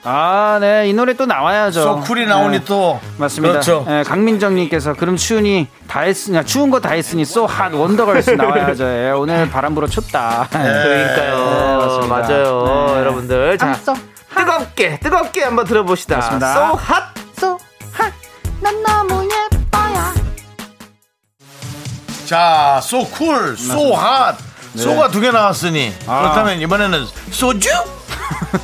[SPEAKER 6] 아, 네. 이 노래 또 나와야죠.
[SPEAKER 1] 소쿨이 나오니
[SPEAKER 6] 네.
[SPEAKER 1] 또
[SPEAKER 6] 맞습니다.
[SPEAKER 1] 그렇죠.
[SPEAKER 6] 예, 강민정님께서 그럼 추우니 다 했으냐 추운 거 다 했으니 소핫 원더걸스 나와야죠. 예, 오늘 바람 불어 춥다.
[SPEAKER 2] 그러니까요.
[SPEAKER 6] 네, 맞습니다.
[SPEAKER 2] 맞아요. 여러분들. 자,
[SPEAKER 8] so
[SPEAKER 2] 뜨겁게, 뜨겁게 한번 들어봅시다.
[SPEAKER 6] 맞습니다.
[SPEAKER 2] So hot!
[SPEAKER 8] so hot. 난 너무 예뻐요.
[SPEAKER 1] 자, 소쿨, 소핫. 소가 두 개 나왔으니
[SPEAKER 6] 아.
[SPEAKER 1] 그렇다면 이번에는 소주?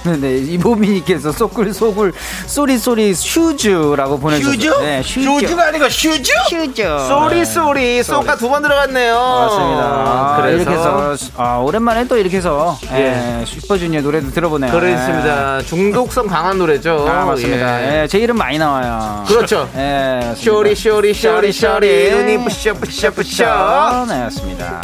[SPEAKER 6] 네, 네, 이보미님께서 소굴 소굴 소리 소리 슈즈라고 보내주셨어요.
[SPEAKER 1] 휴주?
[SPEAKER 6] 네, 슈즈.
[SPEAKER 1] 휴주가 아니고 슈즈?
[SPEAKER 6] 슈즈.
[SPEAKER 2] 쏘리, 쏘리. 소가 두 번 들어갔네요.
[SPEAKER 6] 네. 맞습니다. 아,
[SPEAKER 2] 그래서.
[SPEAKER 6] 이렇게 해서 아, 오랜만에 또 이렇게 해서 예, 슈퍼주니어 노래도 들어보네요.
[SPEAKER 2] 그렇습니다. 중독성 강한 노래죠.
[SPEAKER 6] 예. 아, 맞습니다.
[SPEAKER 2] 예.
[SPEAKER 6] 예, 제 이름 많이 나와요.
[SPEAKER 2] 그렇죠.
[SPEAKER 6] 예, 맞습니다.
[SPEAKER 2] 쇼리, 쇼리, 쇼리, 쇼리. 눈이 부셔, 부셔, 부셔.
[SPEAKER 6] 네, 맞습니다.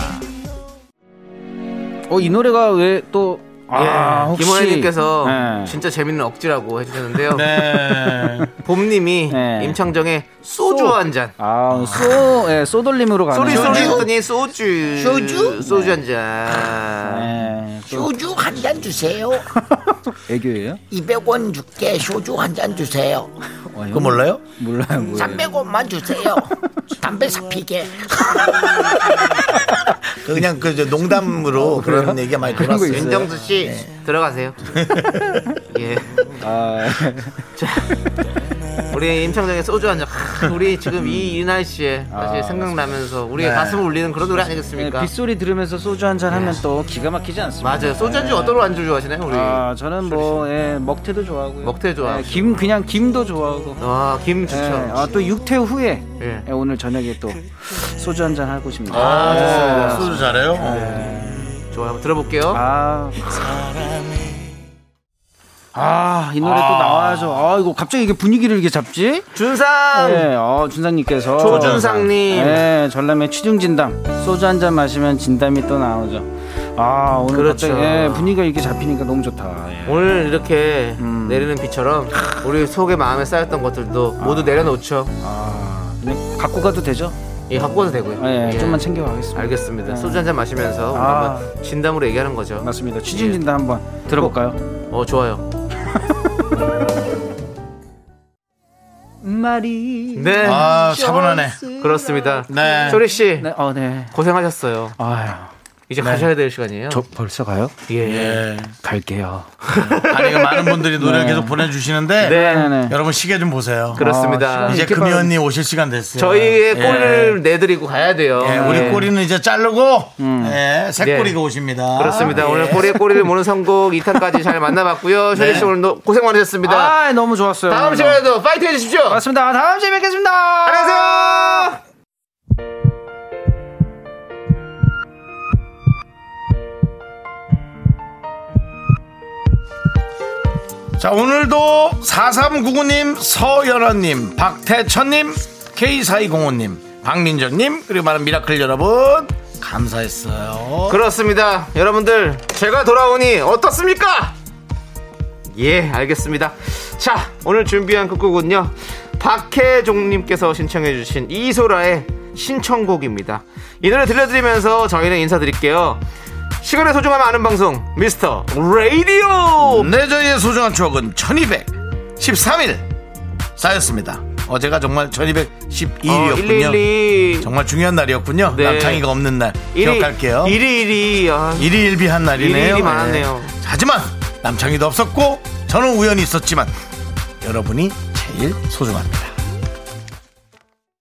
[SPEAKER 6] 어, 이 노래가 왜 또. 아, 혹시.
[SPEAKER 2] 예, 김원혜님께서
[SPEAKER 6] 네.
[SPEAKER 2] 진짜 재밌는 억지라고 해주셨는데요.
[SPEAKER 1] 네.
[SPEAKER 2] 봄님이
[SPEAKER 6] 네.
[SPEAKER 2] 임창정의 소주
[SPEAKER 6] 소.
[SPEAKER 2] 한 잔.
[SPEAKER 6] 아, 쏘, 예, 쏘돌림으로 가는.
[SPEAKER 2] 소리 소리
[SPEAKER 6] 예,
[SPEAKER 2] 했더니 소주. 네. 소주? 소주 한 잔.
[SPEAKER 6] 예, 또
[SPEAKER 9] 소주 한 잔 주세요.
[SPEAKER 6] 애교예요?
[SPEAKER 9] 200원 줄게. 소주 한 잔 주세요.
[SPEAKER 1] 그거 몰라요?
[SPEAKER 6] 몰라요, 뭐예요.
[SPEAKER 9] 300원만 주세요. 담배 사피게.
[SPEAKER 1] 그냥 그 이제 농담으로 어, 그런 얘기가 많이
[SPEAKER 6] 그런 거
[SPEAKER 1] 돌았어요.
[SPEAKER 6] 있어요?
[SPEAKER 2] 윤정수 씨 들어가세요. 예.
[SPEAKER 6] 아,
[SPEAKER 2] 우리 임창정의 소주 한 잔. 아, 우리 지금 이 이날 씨에 다시 생각나면서 우리의 가슴을 울리는 그런 노래 아니겠습니까?
[SPEAKER 6] 예, 빗소리 들으면서 소주 한 잔 하면 또 기가 막히지 않습니까?
[SPEAKER 2] 맞아요. 소주 한 잔 어떤 안주 좋아하시나요, 우리?
[SPEAKER 6] 아, 저는 뭐, 예, 먹태도 좋아하고요.
[SPEAKER 2] 먹태 좋아하고.
[SPEAKER 6] 예, 김, 그냥 김도 좋아하고.
[SPEAKER 2] 와, 김
[SPEAKER 6] 예,
[SPEAKER 2] 좋죠.
[SPEAKER 6] 아, 또 육퇴 후에
[SPEAKER 2] 예.
[SPEAKER 6] 예, 오늘 저녁에 또 소주 한 잔 하고 싶네요.
[SPEAKER 1] 아, 좋습니다. 소주 잘해요?
[SPEAKER 6] 네.
[SPEAKER 2] 좋아요. 한번 들어볼게요.
[SPEAKER 6] 아. 아, 이 노래 또 나와야죠. 아, 이거 갑자기 이게 분위기를 이게 잡지?
[SPEAKER 2] 준상!
[SPEAKER 6] 네, 어, 준상님께서.
[SPEAKER 2] 조준상님.
[SPEAKER 6] 네, 전남의 취중진담. 소주 한 잔 마시면 진담이 또 나오죠. 아, 오늘
[SPEAKER 2] 그렇죠.
[SPEAKER 6] 갑자기 예, 분위기가 이렇게 잡히니까 너무 좋다. 예.
[SPEAKER 2] 오늘 이렇게 내리는 비처럼 우리 속에 마음에 쌓였던 것들도 모두 내려놓죠.
[SPEAKER 6] 아, 그냥 갖고 가도 되죠?
[SPEAKER 2] 예, 갖고 와도 되고요.
[SPEAKER 6] 예,
[SPEAKER 2] 예.
[SPEAKER 6] 좀만 챙겨가겠습니다.
[SPEAKER 2] 알겠습니다.
[SPEAKER 6] 예.
[SPEAKER 2] 소주 한 잔 마시면서 우리
[SPEAKER 6] 아.
[SPEAKER 2] 한번 진담으로 얘기하는 거죠.
[SPEAKER 6] 맞습니다. 취중진담 한번 들어볼까요?
[SPEAKER 2] 어, 좋아요.
[SPEAKER 6] 말이.
[SPEAKER 2] 네.
[SPEAKER 1] 아, 차분하네.
[SPEAKER 2] 그렇습니다.
[SPEAKER 1] 네.
[SPEAKER 2] 쇼리 씨
[SPEAKER 6] 네, 어, 네.
[SPEAKER 2] 고생하셨어요.
[SPEAKER 6] 아휴.
[SPEAKER 2] 이제 가셔야 될 시간이에요.
[SPEAKER 6] 저 벌써 가요?
[SPEAKER 2] 예.
[SPEAKER 1] 예.
[SPEAKER 6] 갈게요.
[SPEAKER 1] 아니, 이거 많은 분들이 노래 를
[SPEAKER 6] 네.
[SPEAKER 1] 계속 보내주시는데.
[SPEAKER 2] 네.
[SPEAKER 6] 네네.
[SPEAKER 1] 여러분 시계 좀 보세요. 어,
[SPEAKER 2] 그렇습니다.
[SPEAKER 6] 시간이
[SPEAKER 1] 아, 이제
[SPEAKER 6] 이렇게
[SPEAKER 1] 금이
[SPEAKER 6] 빠른-
[SPEAKER 1] 언니 오실 시간 됐어요.
[SPEAKER 2] 저희의
[SPEAKER 1] 예.
[SPEAKER 2] 꼬리를 내드리고 가야 돼요.
[SPEAKER 1] 예, 우리
[SPEAKER 2] 예.
[SPEAKER 1] 꼬리는 이제 자르고 예, 새
[SPEAKER 2] 네.
[SPEAKER 1] 꼬리가
[SPEAKER 6] 아,
[SPEAKER 1] 오십니다.
[SPEAKER 2] 그렇습니다.
[SPEAKER 1] 예.
[SPEAKER 2] 오늘 꼬리에 꼬리를 무는 선곡 2탄까지 잘 만나봤고요. 쇼리 씨 오늘도 고생 많으셨습니다.
[SPEAKER 6] 네. 아, 너무 좋았어요.
[SPEAKER 2] 다음
[SPEAKER 6] 오늘도.
[SPEAKER 2] 시간에도 파이팅 해주십시오.
[SPEAKER 6] 맞습니다. 다음 주에 뵙겠습니다.
[SPEAKER 2] 안녕하세요.
[SPEAKER 1] 예. 자, 오늘도 4399님, 서연아님, 박태천님, K4205님, 박민정님, 그리고 많은 미라클 여러분, 감사했어요.
[SPEAKER 2] 그렇습니다. 여러분들, 제가 돌아오니 어떻습니까? 예, 알겠습니다. 자, 오늘 준비한 곡곡은요. 박혜종님께서 신청해주신 이소라의 신청곡입니다. 이 노래 들려드리면서 저희는 인사드릴게요. 시간의 소중함 아는 방송, 미스터 라디오!
[SPEAKER 1] 내 네, 저희의 소중한 추억은 1213일 쌓였습니다. 어제가 정말
[SPEAKER 2] 어,
[SPEAKER 1] 1212일이었군요.
[SPEAKER 2] 1112.
[SPEAKER 1] 정말 중요한 날이었군요.
[SPEAKER 2] 네.
[SPEAKER 1] 남창이가 없는 날 기억할게요.
[SPEAKER 2] 1위 1위. 아,
[SPEAKER 1] 일이 일비한 날이네요.
[SPEAKER 2] 일이 일이 많았네요.
[SPEAKER 1] 예. 하지만 남창이도 없었고 저는 우연히 있었지만 여러분이 제일 소중합니다.